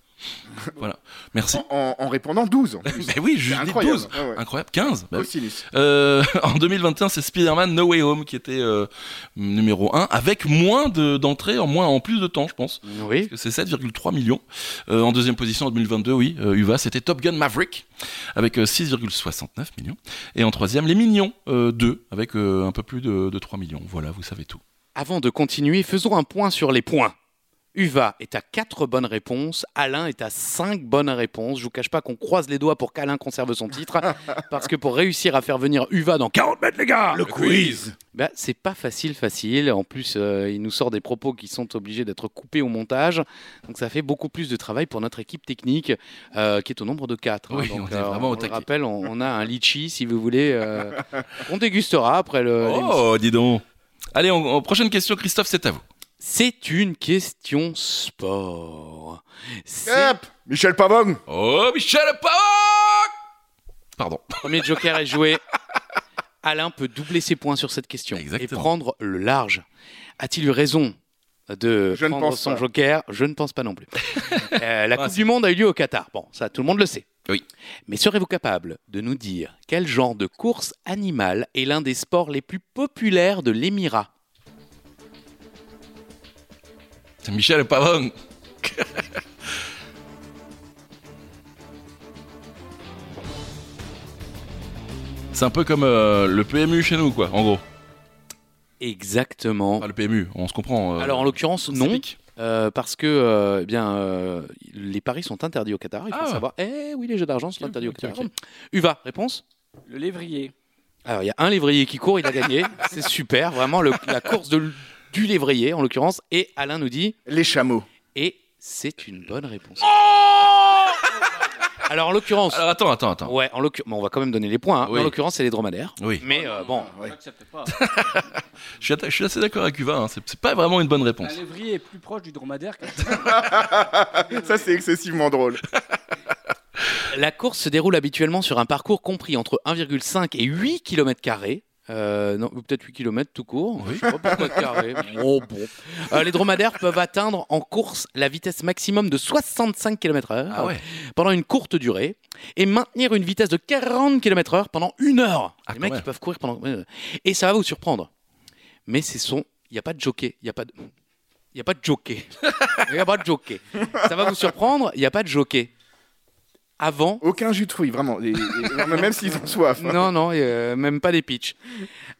voilà. Merci.
En, en- en répondant 12 en plus.
Mais oui, je
C'est
dis
incroyable.
12.
Ah ouais.
Incroyable, 15. bah oui.
Ocylus.
Euh, [LAUGHS] en 2021, c'est Spider-Man No Way Home qui était euh, numéro 1, avec moins de- d'entrées, en moins en plus de temps, je pense.
Oui.
C'est 7,3 millions. Euh, en deuxième position en 2022, oui, euh, Uva, c'était Top Gun Maverick, avec euh, 6,69 millions. Et en troisième, Les Mignons 2, avec euh, un peu plus de, de 3 millions. Voilà, vous savez tout.
Avant de continuer, faisons un point sur les points. Uva est à 4 bonnes réponses, Alain est à 5 bonnes réponses. Je vous cache pas qu'on croise les doigts pour qu'Alain conserve
[LAUGHS]
son titre, parce que pour réussir à faire venir Uva dans 40 mètres, les gars, le quiz, bah, c'est pas facile, facile. En plus, euh, il nous sort des propos qui sont obligés d'être coupés au montage, donc ça fait beaucoup plus de travail pour notre équipe technique, euh, qui est au nombre de 4.
Oui, on est vraiment
euh, on
au
le
taquet.
rappelle, on, on a un litchi, si vous voulez, euh,
[LAUGHS]
on dégustera après le. l'émission.
Oh, dis donc. Allez, on- on- prochaine question, Christophe, c'est à vous.
C'est une question sport. C'est
Hop Michel Pavon
Oh, Michel Pavoc Pardon.
le premier joker est joué. Alain peut doubler ses points sur cette question et
Exactement.
prendre le large. A-t-il eu raison de
Je ne
prendre
pense
son
pas.
joker Je ne pense
[LAUGHS]
pas non plus. Euh, la
Ah,
Coupe
si.
du Monde a eu lieu au Qatar. Bon, ça, tout le monde le sait.
Oui.
Mais serez-vous capable de nous dire quel genre de course animale est l'un des sports les plus populaires de l'Émirat
C'est Michel Pavoc. C'est un peu comme euh, le PMU chez nous, quoi, en gros.
Exactement.
Enfin, le PMU, on se comprend. euh,
Alors, en l'occurrence,
ça
non.
pique.
Euh, parce que euh, eh bien, euh, les paris sont interdits au Qatar, il faut
Ah.
le savoir. Eh oui, les jeux d'argent sont
Ok,
interdits
ok,
au Qatar. Uva, réponse
Le lévrier.
Alors, il y a un lévrier qui court, il
[LAUGHS]
a gagné. C'est super, vraiment, le- la course de- du lévrier, en l'occurrence. Et Alain nous dit,
Les chameaux.
et c'est une bonne réponse. Alors, en l'occurrence,
Oh Alors, attends, attends, attends.
ouais, en l'occurrence, bon, on va quand même donner les points. hein.
Oui.
En l'occurrence, c'est les dromadaires.
Oui,
Mais euh, bon,
Oh, Ah Ouais. [LAUGHS]
J'accepte pas.
je suis, atta- je suis assez d'accord avec Uva, hein, c'est c'est pas vraiment une bonne
Un
réponse.
lévrier est plus proche du dromadaire que
Ça, c'est excessivement drôle.
la course se déroule habituellement sur un parcours compris entre 1,5 et 8 km carrés. Euh, non, ou peut-être 8 km tout court.
Oui.
Je sais pas pourquoi de carré. Oh, bon. Euh, les dromadaires peuvent atteindre en course la vitesse maximum de 65 km/h
Ah ouais
pendant une courte durée et maintenir une vitesse de 40 km/h pendant une heure.
Ah,
les
quand
mecs,
même.
ils peuvent courir pendant. euh, Et ça va vous surprendre. Mais c'est son. Il n'y a pas de jockey. Il n'y a pas de. Il n'y a pas de jockey. [LAUGHS] Il n'y a pas de jockey. Ça va vous surprendre, il n'y a pas de jockey. Avant,
Aucun jus de fruits, vraiment. Et- et- et- même s'ils ont soif. hein.
[LAUGHS] non, non, euh, même pas des pitchs.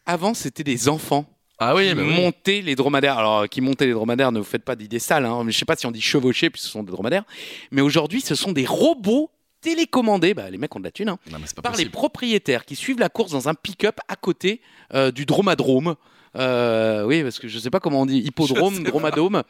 Avant, c'était des enfants
Ah oui,
qui
bah oui.
montaient les dromadaires. Alors, euh, qui montaient les dromadaires, ne vous faites pas d'idées sales. Hein. Je ne sais pas si on dit chevaucher, puis ce sont des dromadaires. Mais aujourd'hui, ce sont des robots télécommandés. Bah, les mecs ont de la thune. hein,
Non, mais c'est pas
par les
possible.
propriétaires qui suivent la course dans un pick-up à côté euh, du dromadrome. Euh, oui, parce que je ne sais pas comment on dit,
[LAUGHS]
hippodrome, dromadome.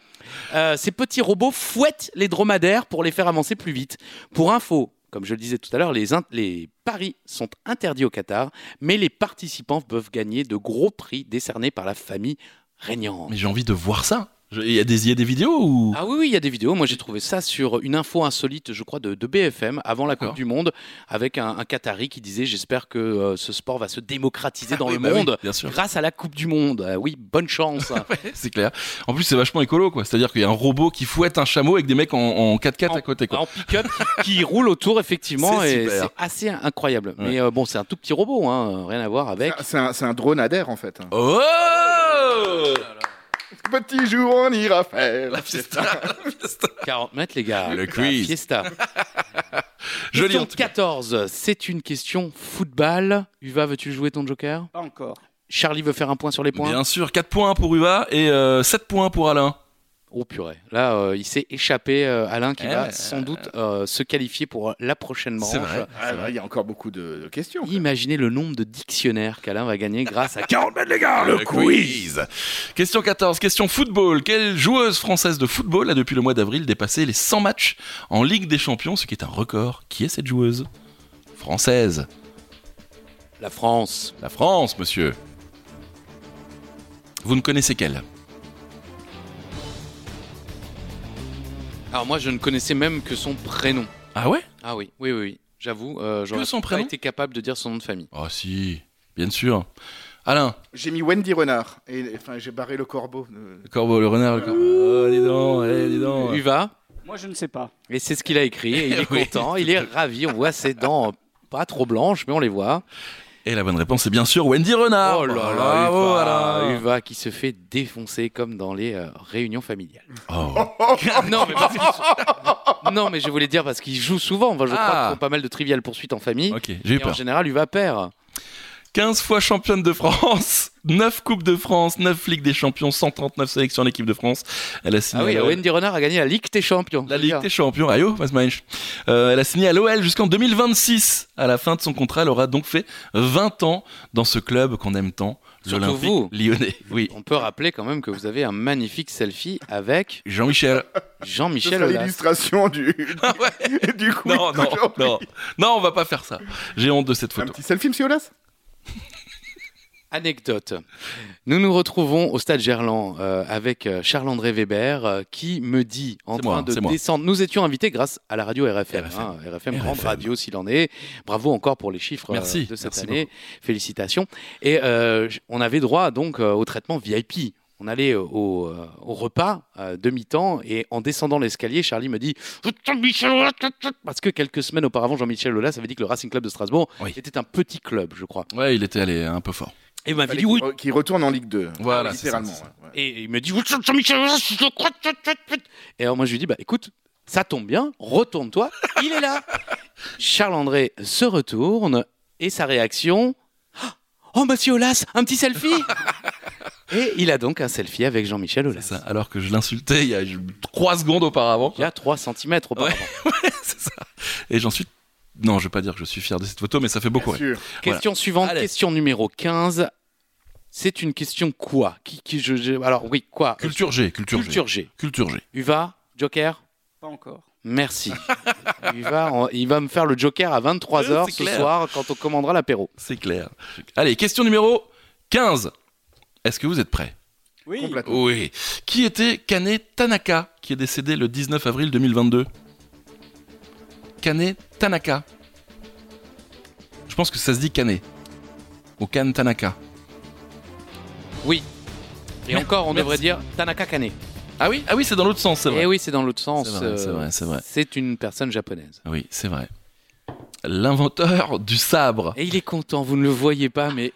Euh, ces petits robots fouettent les dromadaires pour les faire avancer plus vite. Pour info, comme je le disais tout à l'heure, les, in- les paris sont interdits au Qatar, mais les participants peuvent gagner de gros prix décernés par la famille régnante.
Mais j'ai envie de voir ça. Je- Il y, a des- il y a des vidéos ou.
Ah oui, oui, il y a des vidéos. Moi, j'ai trouvé ça sur une info insolite, je crois, de, de BFM avant la
D'accord.
Coupe du Monde, avec un, un Qatari qui disait J'espère que euh, ce sport va se démocratiser dans
Oui,
le
bah oui, Ah
monde
bien sûr.
grâce à la Coupe du Monde. Ah oui,
[LAUGHS]
bonne chance.
C'est clair. En plus, c'est vachement écolo, quoi. C'est-à-dire qu'il y a un robot qui fouette un chameau avec des mecs en, en 4x4 à côté, quoi.
En pick-up qui, qui roule autour, effectivement,
C'est
et
super.
c'est assez incroyable.
Ouais.
Mais euh, bon, c'est un tout petit robot, hein, rien à voir
[LAUGHS]
avec.
Ah, C'est un, c'est un drone adair, en fait. hein.
Oh
Petit jour, on ira faire.
La fiesta, la fiesta.
40 mètres, les gars.
Le
La
quiz.
Fiesta.
[LAUGHS] Joli, en
question
tout cas.
14, c'est une question football. Uva, veux-tu jouer ton joker
pas encore.
Charlie veut faire un point sur les points
Bien sûr, 4 points pour Uva et 7 points pour Alain.
Oh purée, là euh, il s'est échappé euh, Alain qui
Eh
va
ouais.
sans doute euh, se qualifier pour la prochaine manche.
C'est vrai.
Ah, bah, Il y a encore beaucoup de, de questions.
Imaginez le nombre de dictionnaires qu'Alain va gagner grâce à [LAUGHS] 40 mètres, les gars
Le quiz. Question 14, question football. Quelle joueuse française de football a depuis le mois d'avril dépassé les 100 matchs en Ligue des Champions, ce qui est un record Qui est cette joueuse Française.
La France,
La France, monsieur. Vous ne connaissez qu'elle.
alors moi je ne connaissais même que son prénom.
Ah ouais
Ah oui, oui, oui, oui. j'avoue, euh, j'aurais
son
pas
prénom
été capable de dire son nom de famille.
Oh si, bien sûr. Alain,
J'ai mis Wendy Renard. Et enfin, j'ai barré le corbeau. Euh,
le corbeau, le renard, le corbeau. Oh, dis donc, eh, dis donc.
Uva,
Moi, je ne sais pas.
Et c'est ce qu'il a écrit. Et il
[LAUGHS]
est
Oui.
content, il est ravi. On voit ses dents euh, pas trop blanches, mais on les voit.
Et la bonne réponse est bien sûr Wendy Renard.
oh là là,
Voilà,
Uva,
Ah, voilà.
Uva qui se fait défoncer comme dans les euh, réunions familiales.
Oh.
[LAUGHS] non, mais parce que- non, mais je voulais dire parce qu'ils jouent souvent. Enfin, je crois
Ah.
qu'ils font pas mal de triviales poursuites en famille.
Ok, j'ai eu
Et en
peur.
général, Uva perd.
15 fois championne de France, [LAUGHS] 9 Coupes de France, 9 Ligues des Champions, 139 sélections en équipe de France. Elle a signé
Ah oui,
à l'OL.
Wendy Renard a gagné la Ligue des Champions.
la Ligue des Champions, oh, ayo, was meinst du Euh, elle a signé à l'OL jusqu'en 2026. À la fin de son contrat, elle aura donc fait 20 ans dans ce club qu'on aime tant,
Surtout
l'Olympique
vous.
lyonnais. Oui.
On peut rappeler quand même que vous avez un magnifique selfie avec [LAUGHS]
Jean-Michel.
Ce
Jean-Michel
sera
Aulas.
l'illustration du, [LAUGHS]
Ah
du coup.
Non, non, non. Non, on va pas faire ça. J'ai honte de cette
Un
photo.
petit selfie, monsieur Olas
Anecdote. Nous nous retrouvons au stade Gerland euh, avec euh, Charles-André Weber euh, qui me dit en
C'est
train
moi,
de
c'est moi.
descendre. Nous étions invités grâce à la radio RFM.
RFM.
hein, RFM, grande
RFM.
radio s'il en est. Bravo encore pour les chiffres euh,
Merci,
de cette
merci
année. Félicitations. Et euh, j- on avait droit donc euh, au traitement VIP. On allait euh, au, euh, au repas euh, de mi-temps et en descendant l'escalier, Charlie me dit Jean-Michel Aulas, tut, tut parce que quelques semaines auparavant, Jean-Michel Aulas avait dit que le Racing Club de Strasbourg
Oui.
était un petit club, je crois.
Ouais, il était allé un peu fort.
Et il m'avait
Fallait
dit oui,
qu'il re- Qu'il retourne en Ligue 2.
Voilà, c'est ça,
littéralement.
c'est ça.
ouais, ouais.
Et il me dit, Jean-Michel, je crois. tut, tut, tut. Et alors moi, je lui dis, bah écoute, ça tombe bien, retourne-toi, il
[LAUGHS]
est là. Charles-André se retourne et sa réaction, [GASPS] oh monsieur Olas, un
[LAUGHS]
petit selfie Et il a donc un selfie avec Jean-Michel
C'est
Olas.
ça. Alors que je l'insultais il y a 3 secondes auparavant.
Il y a 3 cm auparavant.
c'est ça. Et j'en suis. Non, je vais pas dire que je suis fier de cette photo, mais ça fait beaucoup
Bien
rire.
sûr.
Question suivante,
Allez.
question numéro 15. C'est une question quoi qui, qui- je- je- Alors oui, quoi
Culture G, culture,
Culture
G.
G.
Culture G.
Uva, Joker
Pas encore.
Merci. [LAUGHS] il, va, on- il va me faire le Joker à
Euh,
23h
c'est
ce
clair.
soir quand on commandera l'apéro.
C'est clair. Allez, question numéro 15. Est-ce que vous êtes prêts
Oui.
Complètement.
Oui. Qui était Kane Tanaka, qui est décédé le 19 avril 2022 Kane Tanaka. Je pense que ça se dit Kane. Ou Kane Tanaka.
Et
Mer-
encore, on
merci.
devrait dire Tanaka Kane.
Ah oui, ah oui, c'est dans l'autre sens, c'est vrai.
Et Eh oui, c'est dans l'autre sens.
C'est vrai,
euh,
c'est vrai, c'est vrai.
C'est une personne japonaise.
Ah Oui, c'est vrai. L'inventeur du sabre.
Et il est content, vous ne le voyez pas, mais.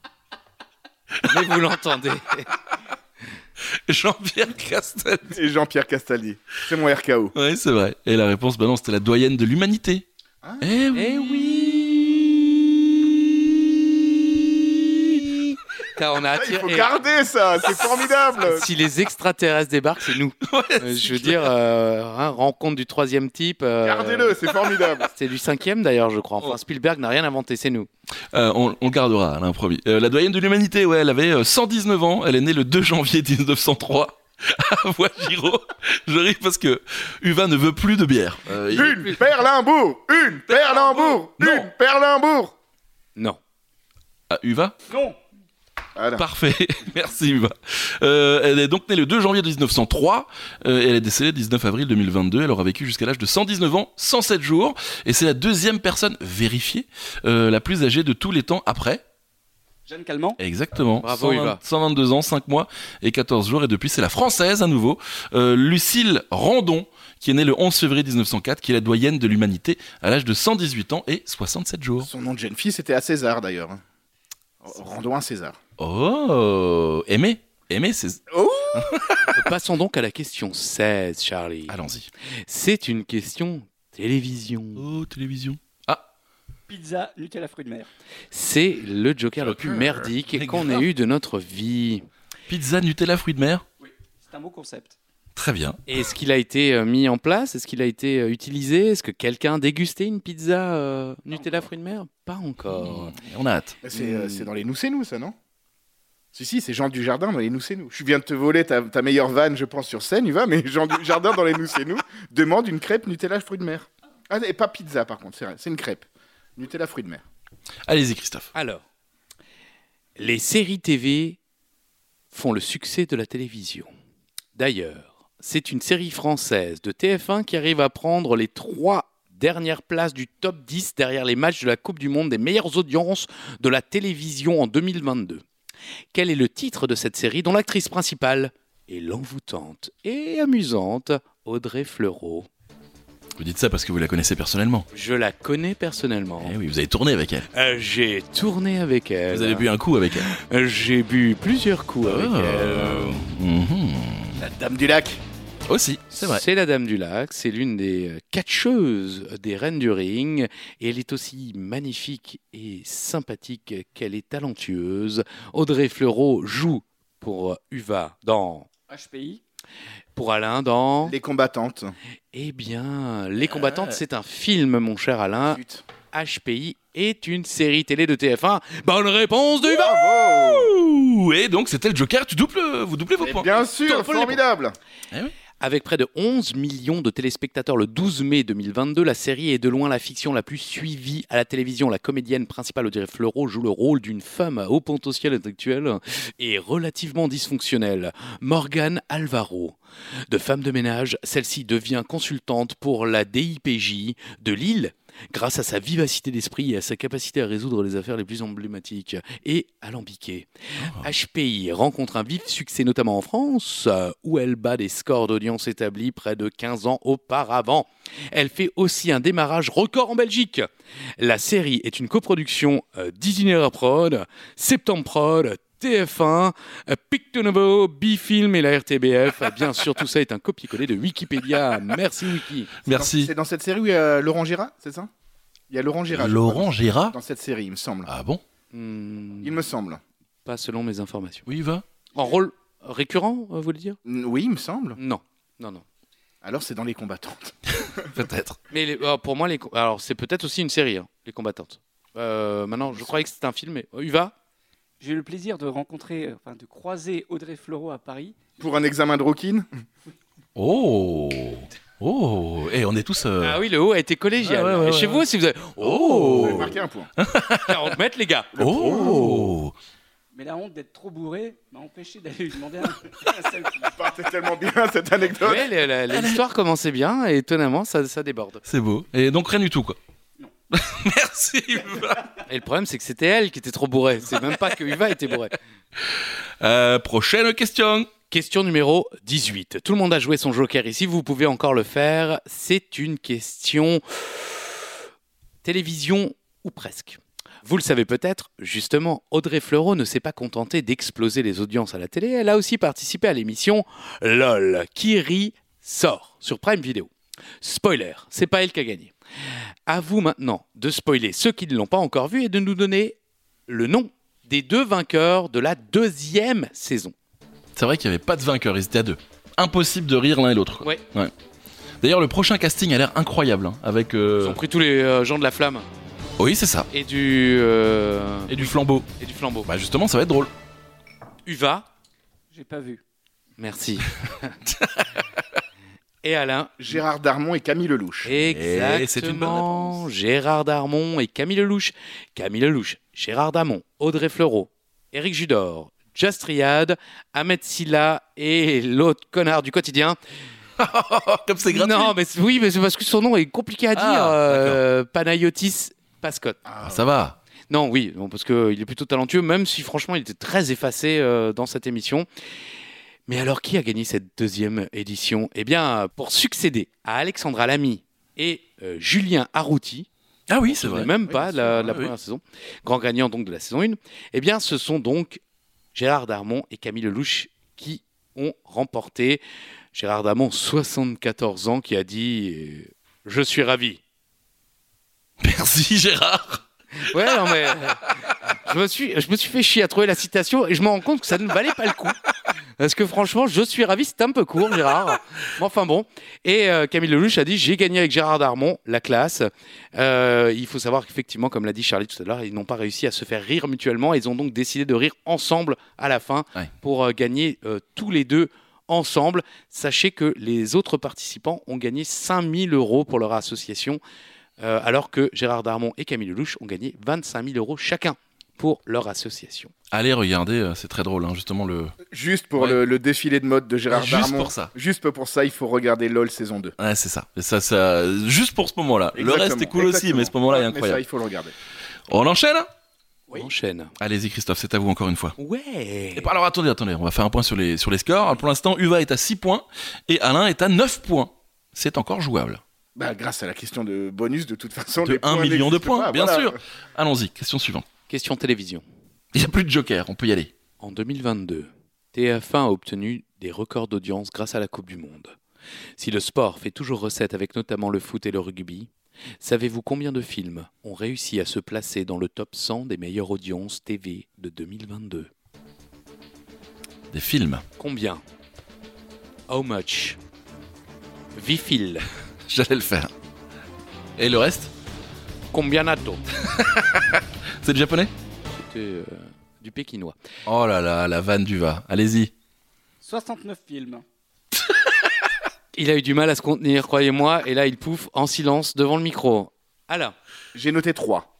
[LAUGHS] mais vous l'entendez.
[LAUGHS] Jean-Pierre Castel.
Et Jean-Pierre Castaldi. C'est mon RKO.
Oui, c'est vrai. Et la réponse, bah non, c'était la doyenne de l'humanité.
Ah.
Eh oui.
Eh
[LAUGHS]
oui Car on a
Ah, il
attiré.
faut
eh,
garder ça, c'est formidable.
Si les extraterrestres débarquent, c'est nous. Euh, je veux dire, euh, hein, rencontre du troisième type. euh,
Gardez-le, c'est formidable.
C'est du cinquième d'ailleurs, je crois. Enfin, Spielberg n'a rien inventé, c'est nous.
Euh, on, on le gardera à l'improvis. Euh, la doyenne de l'humanité, ouais, elle avait euh, 119 ans. Elle est née le 2 janvier 1903 [LAUGHS] à Voigiro. Ah, Je ris parce que Uva ne veut plus de bière. Euh, il-
Une Perlimbourg, une Perlimbourg, une Perlimbourg.
Non.
Ah, Uva
Non.
Voilà.
Parfait. [LAUGHS] Merci, Uva. Euh, elle est donc née le 2 janvier 1903. euh, et elle est décédée le 19 avril 2022. Elle aura vécu jusqu'à l'âge de 119 ans, 107 jours. Et c'est la deuxième personne vérifiée, euh, la plus âgée de tous les temps après.
Jeanne Calment.
Exactement.
Bravo, Yva.
122 ans, 5 mois et 14 jours. Et depuis, c'est la française à nouveau, euh, Lucille Randon, qui est née le 11 février 1904, qui est la doyenne de l'humanité à l'âge de 118 ans et 67 jours.
Son nom de jeune fille, c'était à César d'ailleurs. Rendons un César.
Oh, aimé Aimé, c'est.
Passons donc à la question 16, Charlie.
Allons-y.
C'est une question télévision.
Oh, télévision.
Pizza, Nutella, fruits de mer.
C'est le joker le plus
Joker.
merdique qu'on ait eu de notre vie.
Pizza, Nutella, fruits de mer
C'est un beau concept.
Très bien.
Et Est-ce qu'il a été euh, mis en place Est-ce qu'il a été euh, utilisé Est-ce que quelqu'un a dégusté une pizza euh, Nutella fruits de mer Pas encore.
On a hâte.
C'est euh,
Hmm.
c'est dans les nous c'est nous ça non Si si, c'est Jean du Jardin dans les nous c'est nous. Je viens de te voler ta, ta meilleure vanne, je pense sur scène, il va mais Jean du Jardin dans les nous c'est nous [LAUGHS] demande une crêpe Nutella fruits de mer. Ah et pas pizza par contre, c'est vrai, c'est une crêpe. Nutella fruits de mer.
Allez-y, Christophe.
Alors, les séries TV font le succès de la télévision. D'ailleurs, c'est une série française de TF1 qui arrive à prendre les trois dernières places du top 10 derrière les matchs de la Coupe du Monde des meilleures audiences de la télévision en 2022. Quel est le titre de cette série dont l'actrice principale est l'envoûtante et amusante Audrey Fleurot.
Vous dites ça parce que vous la connaissez personnellement.
Je la connais personnellement.
Eh oui, vous avez tourné avec elle.
Euh, J'ai tourné avec elle.
Vous avez bu un coup avec elle.
Euh, J'ai bu plusieurs coups avec
Oh.
elle.
Mhm.
La dame du lac.
Aussi, c'est vrai.
C'est la Dame du Lac, c'est l'une des euh, catcheuses des Reines du Ring, et elle est aussi magnifique et sympathique qu'elle est talentueuse. Audrey Fleurot joue pour euh, Uva dans...
HPI.
Pour Alain dans...
Les combattantes.
Eh bien, Les
Ah.
Combattantes, c'est un film, mon cher Alain.
Zut.
HPI est une série télé de TF1. Bonne réponse d'Uva
Bravo
Ouh, Et donc c'était le Joker, tu doubles, vous doublez vos
Et
points.
Eh Bien sûr,
Top, on les
formidable.
Avec près de 11 millions de téléspectateurs le 12 mai 2022, la série est de loin la fiction la plus suivie à la télévision. La comédienne principale Audrey Fleurot joue le rôle d'une femme au potentiel intellectuel et relativement dysfonctionnelle, Morgane Alvaro. De femme de ménage, celle-ci devient consultante pour la DIPJ de Lille grâce à sa vivacité d'esprit et à sa capacité à résoudre les affaires les plus emblématiques et alambiquées. HPI rencontre un vif succès notamment en France, euh, où elle bat des scores d'audience établis près de 15 ans auparavant. Elle fait aussi un démarrage record en Belgique. La série est une coproduction euh, d'Itinéraire Prod, Septembre Prod, TF1, euh, Pictonovo, Bifilm et la RTBF. Euh, [LAUGHS] Bien sûr, tout ça est un copier-coller de Wikipédia. Merci Wiki.
Merci.
C'est dans cette série où il y a Laurent Gérard, c'est ça Il y a Laurent Gérard. je crois,
Laurent Gérard
Dans cette série, il me semble.
Ah bon
Hmm,
Il me semble.
pas selon mes informations.
Oui, il va.
En rôle récurrent, euh, vous voulez dire
Mm, Oui, il me semble.
Non. Non, non.
Alors c'est dans les combattantes.
Peut-être.
Mais les- alors, pour moi, les, co- alors c'est peut-être aussi une série, hein, les combattantes. Euh, maintenant, je croyais que c'était un film, mais oh, Uva
J'ai eu le plaisir de rencontrer, euh, enfin de croiser Audrey Fleurot à Paris.
Pour un examen de Rockin
Oh Oh Et on est tous. euh,
Ah oui, le haut a été collégial.
Ah ouais, ouais,
Et chez
ouais,
vous, si vous avez
Oh.
Vous avez marqué un point.
40 mètres, les gars.
Oh
Mais la honte d'être trop bourré m'a empêché d'aller lui demander un, [LAUGHS] un selfie.
[LAUGHS] Partait tellement bien cette anecdote.
Ouais, la- la- la- l'histoire commençait bien et étonnamment, ça, ça déborde.
C'est beau. Et donc rien du tout, quoi.
Non.
[LAUGHS] Merci, Uva.
Et le problème, c'est que c'était elle qui était trop bourrée. C'est même pas que Uva était bourrée.
Euh, prochaine question.
Question numéro 18. Tout le monde a joué son joker ici, vous pouvez encore le faire. C'est une question télévision ou presque. Vous le savez peut-être, justement, Audrey Fleurot ne s'est pas contentée d'exploser les audiences à la télé, elle a aussi participé à l'émission LOL, qui rit, sort, sur Prime Video. Spoiler, c'est pas elle qui a gagné. À vous maintenant de spoiler ceux qui ne l'ont pas encore vu et de nous donner le nom des deux vainqueurs de la deuxième saison.
C'est vrai qu'il n'y avait pas de vainqueur, ils étaient à deux. Impossible de rire l'un et l'autre. quoi.
Ouais.
D'ailleurs, le prochain casting a l'air incroyable. hein, avec. euh,
Ils ont pris tous les euh, gens de la flamme
Oui, c'est ça.
et du euh,
Et du flambeau.
et du flambeau.
Bah justement, ça va être drôle.
Uva,
J'ai pas vu.
merci. [LAUGHS] et Alain.
Gérard Darmon et Camille Lelouch.
Et c'est une bonne
Exactement.
réponse.
Gérard Darmon et Camille Lelouch. Camille Lelouch, Gérard Darmon, Audrey Fleurot, Éric Judor, Jastriad, Ahmed Silla et l'autre connard du quotidien.
Oh, Comme c'est gratuit.
Non, mais c'est- oui, mais c'est parce que son nom est compliqué à dire.
Ah,
euh, Panayotis Pascot.
Ah, ça va.
Non, oui, bon, parce qu'il est plutôt talentueux, même si franchement il était très effacé euh, dans cette émission. Mais alors, qui a gagné cette deuxième édition Eh bien, pour succéder à Alexandra Lamy et euh, Julien Arrouti,
Ah oui,
je
c'est
ne
vrai.
même
Oui,
pas
bien
de la,
sûr.
de
Ah
la
oui.
première saison, grand gagnant donc de la saison 1, eh bien, ce sont donc Gérard Darmon et Camille Lelouch qui ont remporté. Gérard Darmon, 74 ans, qui a dit euh, Je suis ravi.
Merci Gérard.
Ouais, non, mais. euh, Je me, suis, je me suis fait chier à trouver la citation et je me rends compte que ça ne valait pas le coup. Parce que franchement, je suis ravi, c'est un peu court, Gérard. Mais enfin bon. Et euh, Camille Lelouch a dit J'ai gagné avec Gérard Darmon, la classe. Euh, il faut savoir qu'effectivement, comme l'a dit Charlie tout à l'heure, ils n'ont pas réussi à se faire rire mutuellement. Ils ont donc décidé de rire ensemble à la fin
Ouais.
pour euh, gagner euh, tous les deux ensemble. Sachez que les autres participants ont gagné 5000 euros pour leur association. Euh, alors que Gérard Darmon et Camille Lelouch ont gagné 25 000 euros chacun pour leur association.
Allez regarder, euh, c'est très drôle, hein, justement le.
Juste pour
Ouais.
le, le défilé de mode de Gérard
Juste
Darmon.
pour ça.
Juste pour ça, il faut regarder LOL saison 2.
Ouais, c'est ça. Et ça, ça, juste pour ce moment-là. Le
Exactement,
reste est cool aussi,
exactement.
mais ce moment-là est
Ouais, Mais ça,
incroyable.
il faut le regarder.
On enchaîne.
On enchaîne.
Allez-y Christophe, c'est à vous encore une fois.
Ouais.
Et pas- alors attendez, attendez, on va faire un point sur les, sur les scores. Alors, Pour l'instant, Uva est à 6 points et Alain est à 9 points. c'est encore jouable.
Bah, grâce à la question de bonus, de toute façon.
De
les
1
points
million de
n'existent
points,
pas,
bien
voilà.
sûr. Allons-y, question suivante.
Question télévision.
Il n'y a plus de joker, on peut y aller.
En 2022, TF1 a obtenu des records d'audience grâce à la Coupe du Monde. Si le sport fait toujours recette avec notamment le foot et le rugby, savez-vous combien de films ont réussi à se placer dans le top 100 des meilleures audiences TV de 2022
Des films. [LAUGHS]
Combien How much Vifil
J'allais le faire. Et le reste
Combienato
C'est du japonais
C'était, euh, du pékinois.
Oh là là, la vanne du va. Allez-y.
69 films.
Il a eu du mal à se contenir, croyez-moi, et là il pouffe en silence devant le micro. Alors,
J'ai noté 3.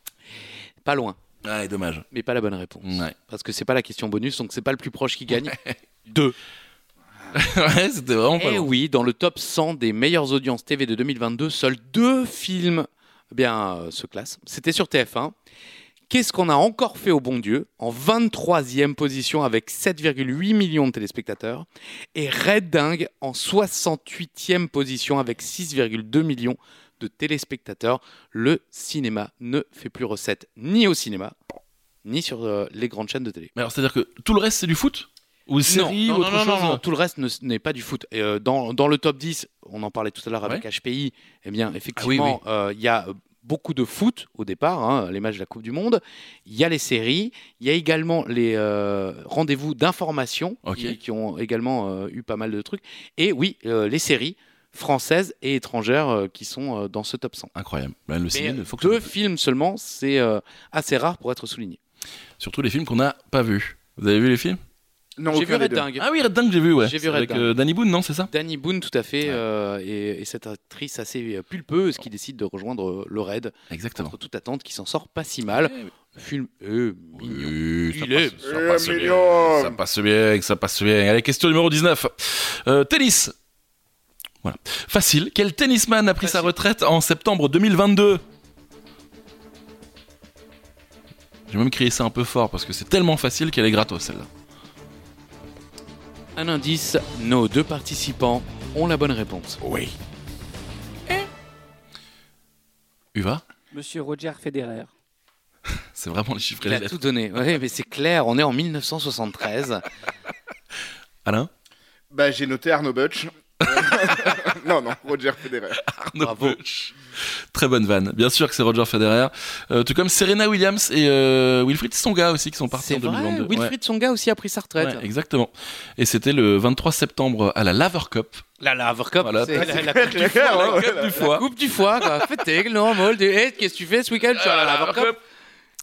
pas loin,
Allez, Ah, dommage.
mais pas la bonne réponse.
Ouais,
Parce que c'est pas la question bonus, donc c'est pas le plus proche qui gagne.
[LAUGHS] Ouais, c'était vraiment pas
Eh
loin.
oui, dans le top 100 des meilleures audiences TV de 2022, seuls deux films eh bien, euh, se classent. C'était sur TF1. Qu'est-ce qu'on a encore fait au bon Dieu En 23e position avec 7,8 millions de téléspectateurs. Et Red Dingue en 68e position avec 6,2 millions de téléspectateurs. Le cinéma ne fait plus recette ni au cinéma, ni sur euh, les grandes chaînes de télé.
Mais alors, c'est-à-dire que tout le reste, c'est du foot Ou série
Non,
ou
non,
autre
non, non,
chose
non, tout le reste ne- n'est pas du foot. Et, euh, dans, dans le top 10, on en parlait tout à l'heure avec HPI, eh
Ah
bien, effectivement, euh, il y a euh, beaucoup de foot au départ, hein, les matchs de la Coupe du Monde. Il y a les séries, il y a également les euh, rendez-vous d'information
Ok.
qui, qui ont également euh, eu pas mal de trucs. Et oui, euh, les séries françaises et étrangères euh, qui sont euh, dans ce top 100.
Incroyable. Bah, le
Mais,
ciné,
euh,
il faut que ça-
deux films seulement, c'est euh, assez rare pour être souligné.
Surtout les films qu'on n'a pas vus. Vous avez vu les films
Non,
J'ai vu
aucun des
Red
deux.
Dingue.
Ah oui, Red Dingue, j'ai vu, ouais.
J'ai vu
C'est
Red
Avec
Dingue.
euh, Danny Boone, non, c'est ça
Danny Boone, tout à fait,
Ouais.
euh, et, et cette actrice assez euh, pulpeuse qui décide de rejoindre euh, le raid
Exactement.
contre toute attente, qui s'en sort pas si mal.
Eh
Le film est mignon.
Oui, ça
Il est
passe- ça
un
passe
million.
bien, ça passe bien, ça passe bien. Allez, question numéro 19. Euh, tennis. Voilà. Facile. Quel tennisman a pris sa
Facile.
retraite en septembre 2022 J'ai même crié ça un peu fort parce que c'est tellement facile qu'elle est gratos celle-là.
Un indice, nos deux participants ont la bonne réponse.
Oui. Uva
Monsieur Roger Federer.
C'est vraiment les chiffres et
Il
les
a
lettres.
tout donné. Ouais, mais c'est clair, on est
[LAUGHS]
en 1973.
Alain
Bah, j'ai noté Arnaud
[LAUGHS]
Butch. [LAUGHS] non, non, Roger Federer.
Bravo.
Butch. Très bonne vanne. Bien sûr que c'est Roger Federer. Euh, tout comme Serena Williams et euh, Wilfried Songa aussi qui sont partis
C'est
en 2022.
vrai,
Ouais.
Wilfried Songa aussi a pris sa retraite.
Ouais, exactement. Et c'était le 23 septembre à la Laver Cup.
La Laver Cup,
Voilà.
c'est
[LAUGHS]
la, la coupe du
Federer,
foie.
Ah ouais,
Cup
ouais,
du
là.
La
foie.
coupe du foie, quoi. Fêtez, le normal, du- Hey, Eh, qu'est-ce que tu fais ce week-end Tu as
Euh,
la Laver Cup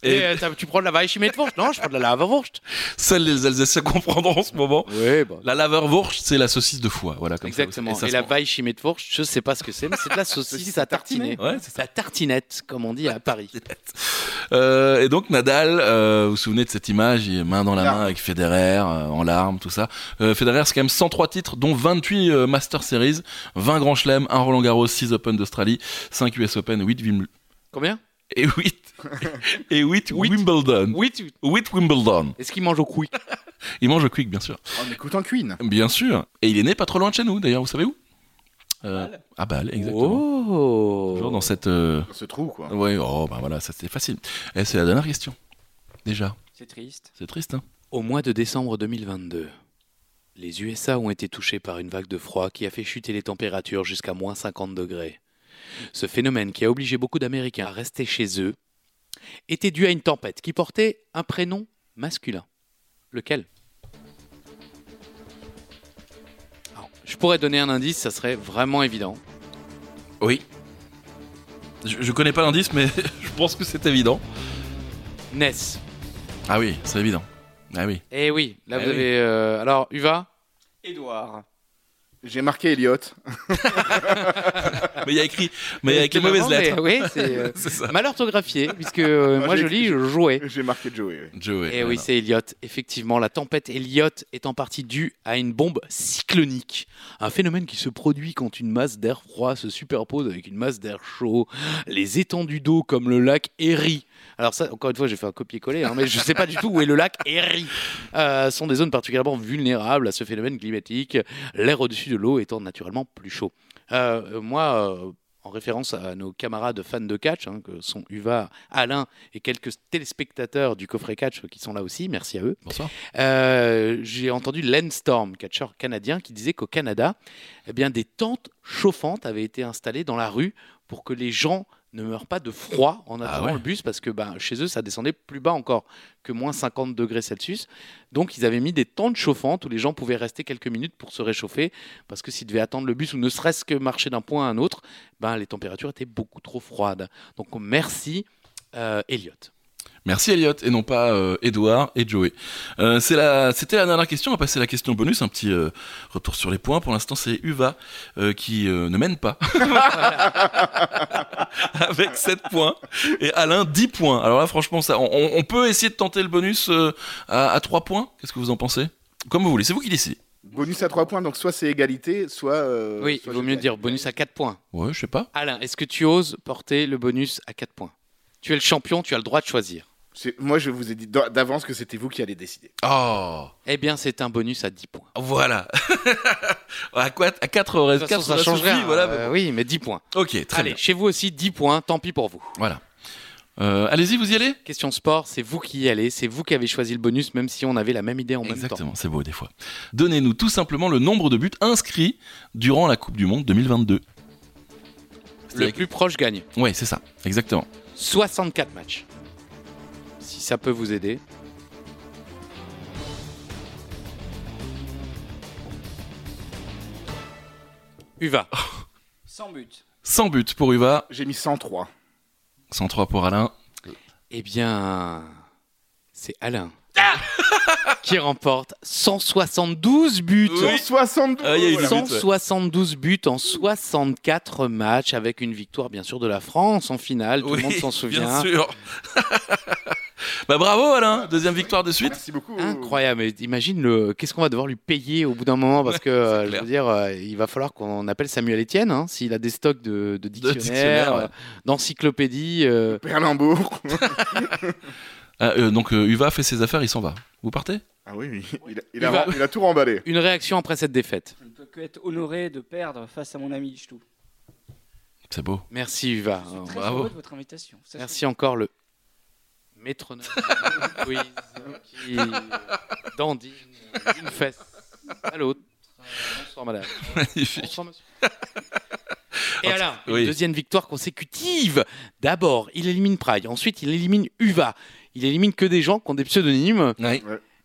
Et
Et euh, t'as- tu prends de la Weisschimettwurst Non, je prends de la Laverwurst.
seuls les Alsaciens [LAUGHS] comprendront en ce moment.
Oui, bah.
La Laverwurst, c'est la saucisse de foie. Voilà, comme ça,
Exactement.
ça
et
se
la
prend.
vaille chimée de fourche, je sais pas ce que c'est, mais c'est
[LAUGHS]
de la saucisse à tartiner.
Ouais, c'est ça.
La tartinette, comme on dit à Paris.
Euh, et donc Nadal, euh, vous vous souvenez de cette image, il est main dans la
Larmes.
main avec Federer, euh, en larmes, tout ça. Euh, Federer, c'est quand même 103 titres, dont 28 euh, Master Series, 20 Grand Chelem, 1 Roland Garros, 6 Open d'Australie, 5 US Open, 8 Wimbledon.
Combien
[LAUGHS] Et 8, et 8 Wimbledon.
Oui, tu...
8 Wimbledon.
Est-ce qu'il mange au couille
Il mange au quick, bien sûr.
En écoutant Queen.
Bien sûr. Et il est né pas trop loin de chez nous, d'ailleurs, vous savez où Euh,
Bâle.
À Bâle, exactement.
Oh
Toujours dans cette. euh,
Dans ce trou, quoi.
Ouais, oh, bah voilà, ça c'était facile. Et c'est la dernière question. Déjà,
C'est triste.
c'est triste, hein
Au mois de décembre 2022, les USA ont été touchés par une vague de froid qui a fait chuter les températures jusqu'à moins 50 degrés. Ce phénomène qui a obligé beaucoup d'Américains à rester chez eux était dû à une tempête qui portait un prénom masculin. Lequel Alors, Je pourrais donner un indice, ça serait vraiment évident.
Oui. Je, je connais pas l'indice, mais [LAUGHS] je pense que c'est évident.
Ness.
Ah oui, c'est évident. Ah oui.
Eh oui, là
Eh
vous
oui.
avez... euh, alors, Uva
Édouard.
J'ai marqué Elliot.
Mais il y a écrit, mais il y a écrit mauvaise
Euh, Mais-
lettre.
Oui, c'est euh,
[LAUGHS] C'est ça.
mal orthographié, puisque euh,
Moi,
moi
j'ai
je lis
écrit-
jouais.
J'ai marqué Joey. oui.
Joey.
Eh oui,
voilà.
c'est Elliot. Effectivement, la tempête Elliot est en partie due à une bombe cyclonique. Un phénomène qui se produit quand une masse d'air froid se superpose avec une masse d'air chaud. Les étendues d'eau comme le lac Erie Alors ça, encore une fois, j'ai fait un copier-coller, hein, mais je ne sais pas du tout où est le lac Erie. Euh, sont des zones particulièrement vulnérables à ce phénomène climatique, l'air au-dessus de l'eau étant naturellement plus chaud. Euh, moi, euh, en référence à nos camarades fans de catch, hein, que sont Uva, Alain et quelques téléspectateurs du coffret catch qui sont là aussi, merci à eux,
Bonsoir.
euh, j'ai entendu Len Storm, catcheur canadien, qui disait qu'au Canada, eh bien, des tentes chauffantes avaient été installées dans la rue pour que les gens ne meurent pas de froid en attendant
ouais.
le bus, parce que ben, chez eux, ça descendait plus bas encore que moins 50 degrés Celsius. Donc, ils avaient mis des tentes chauffantes où les gens pouvaient rester quelques minutes pour se réchauffer, parce que s'ils devaient attendre le bus ou ne serait-ce que marcher d'un point à un autre, ben, les températures étaient beaucoup trop froides. Donc, merci, euh, Elliot.
Merci Elliot et non pas euh, Edouard et Joey. Euh, c'est la, c'était la dernière question. On va passer à la question bonus. Un petit euh, retour sur les points. Pour l'instant, c'est Uva euh, qui euh, ne mène pas [LAUGHS] avec 7 points et Alain 10 points. Alors là, franchement, ça, on- on, on peut essayer de tenter le bonus euh, à, à 3 points. Qu'est-ce que vous en pensez Comme vous voulez. C'est vous qui décidez.
Bonus à 3 points, donc soit c'est égalité, soit. euh,
oui, il
soit
vaut
je
mieux
gagne.
dire bonus à 4 points.
Ouais, je sais pas.
Alain, est-ce que tu oses porter le bonus à 4 points Tu es le champion, tu as le droit de choisir.
C'est- Moi, je vous ai dit d'a- d'avance que c'était vous qui allez décider.
Oh,
Eh bien, c'est un bonus à 10 points.
voilà. [LAUGHS] à quoi À euh, 4
De toute façon, ça changerait.
voilà, mais
euh, oui, mais 10 points.
bon. Ok, très
Allez,
bien.
chez vous aussi, 10 points, tant pis pour vous.
Voilà. Euh, allez-y, vous y allez
Question sport, c'est vous qui y allez, c'est vous qui avez choisi le bonus, même si on avait la même idée en même temps.
Exactement, c'est beau des fois. Donnez-nous tout simplement le nombre de buts inscrits durant la Coupe du Monde 2022.
Le plus proche gagne.
Ouais, c'est ça, exactement.
64 matchs. Si ça peut vous aider. Uva.
Sans but.
100 buts pour Uva,
J'ai mis 103.
103 pour Alain.
Eh bien, c'est Alain
Ah
[LAUGHS] qui remporte 172 buts.
172
Ah, il y a eu du-
voilà.
172 buts en 64 matchs avec une victoire bien sûr de la France en finale, tout le monde s'en
Bien
souvient.
sûr. [LAUGHS] bah bravo Alain, deuxième victoire de suite.
Merci beaucoup.
Incroyable, mais imagine le qu'est-ce qu'on va devoir lui payer au bout d'un moment parce que euh, je
clair.
veux dire euh, il va falloir qu'on appelle Samuel Etienne hein, s'il a des stocks de, de dictionnaires,
dictionnaires, ouais.
euh, d'encyclopédies. euh,
Perlimbourg.
Ah, euh, donc euh, Uva fait ses affaires, il s'en va. Vous partez
Ah oui, oui. Il, a- il a,
Il va-
il a tout remballé.
une réaction après cette défaite.
Je ne peux que être honoré de perdre face à mon ami Lichtou.
C'est beau. [LAUGHS]
Merci Uva.
Je suis très
bravo.
heureux de votre invitation.
Ah,
Ça,
Merci encore le métronome
[LAUGHS]
du quiz qui euh, dandine euh, d'une fesse à l'autre. Euh, Bonsoir madame.
[LAUGHS] Magnifique. [LAUGHS]
Bonsoir monsieur. Et alors, une
oui.
deuxième victoire consécutive. D'abord, il élimine Pride. Ensuite, il élimine Uva. Il élimine que des gens qui ont des pseudonymes.
Ouais.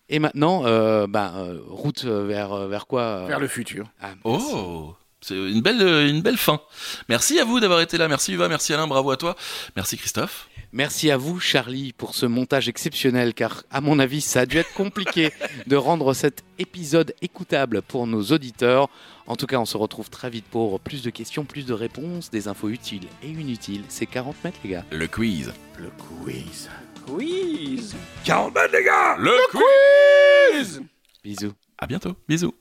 Et maintenant, euh, bah, euh, route euh, vers, euh, vers quoi euh,
Vers le futur.
ah, merci.
Oh c'est une belle, euh, une belle fin. Merci à vous d'avoir été là. Merci Uva, merci Alain, bravo à toi. Merci Christophe.
Merci à vous, Charlie, pour ce montage exceptionnel, car à mon avis, ça a dû être compliqué de rendre cet épisode écoutable pour nos auditeurs. En tout cas, on se retrouve très vite pour plus de questions, plus de réponses, des infos utiles et inutiles. C'est 40 mètres, les gars.
Le quiz.
Le quiz.
Quiz
Le quiz
Quiz
À bientôt. Bisous.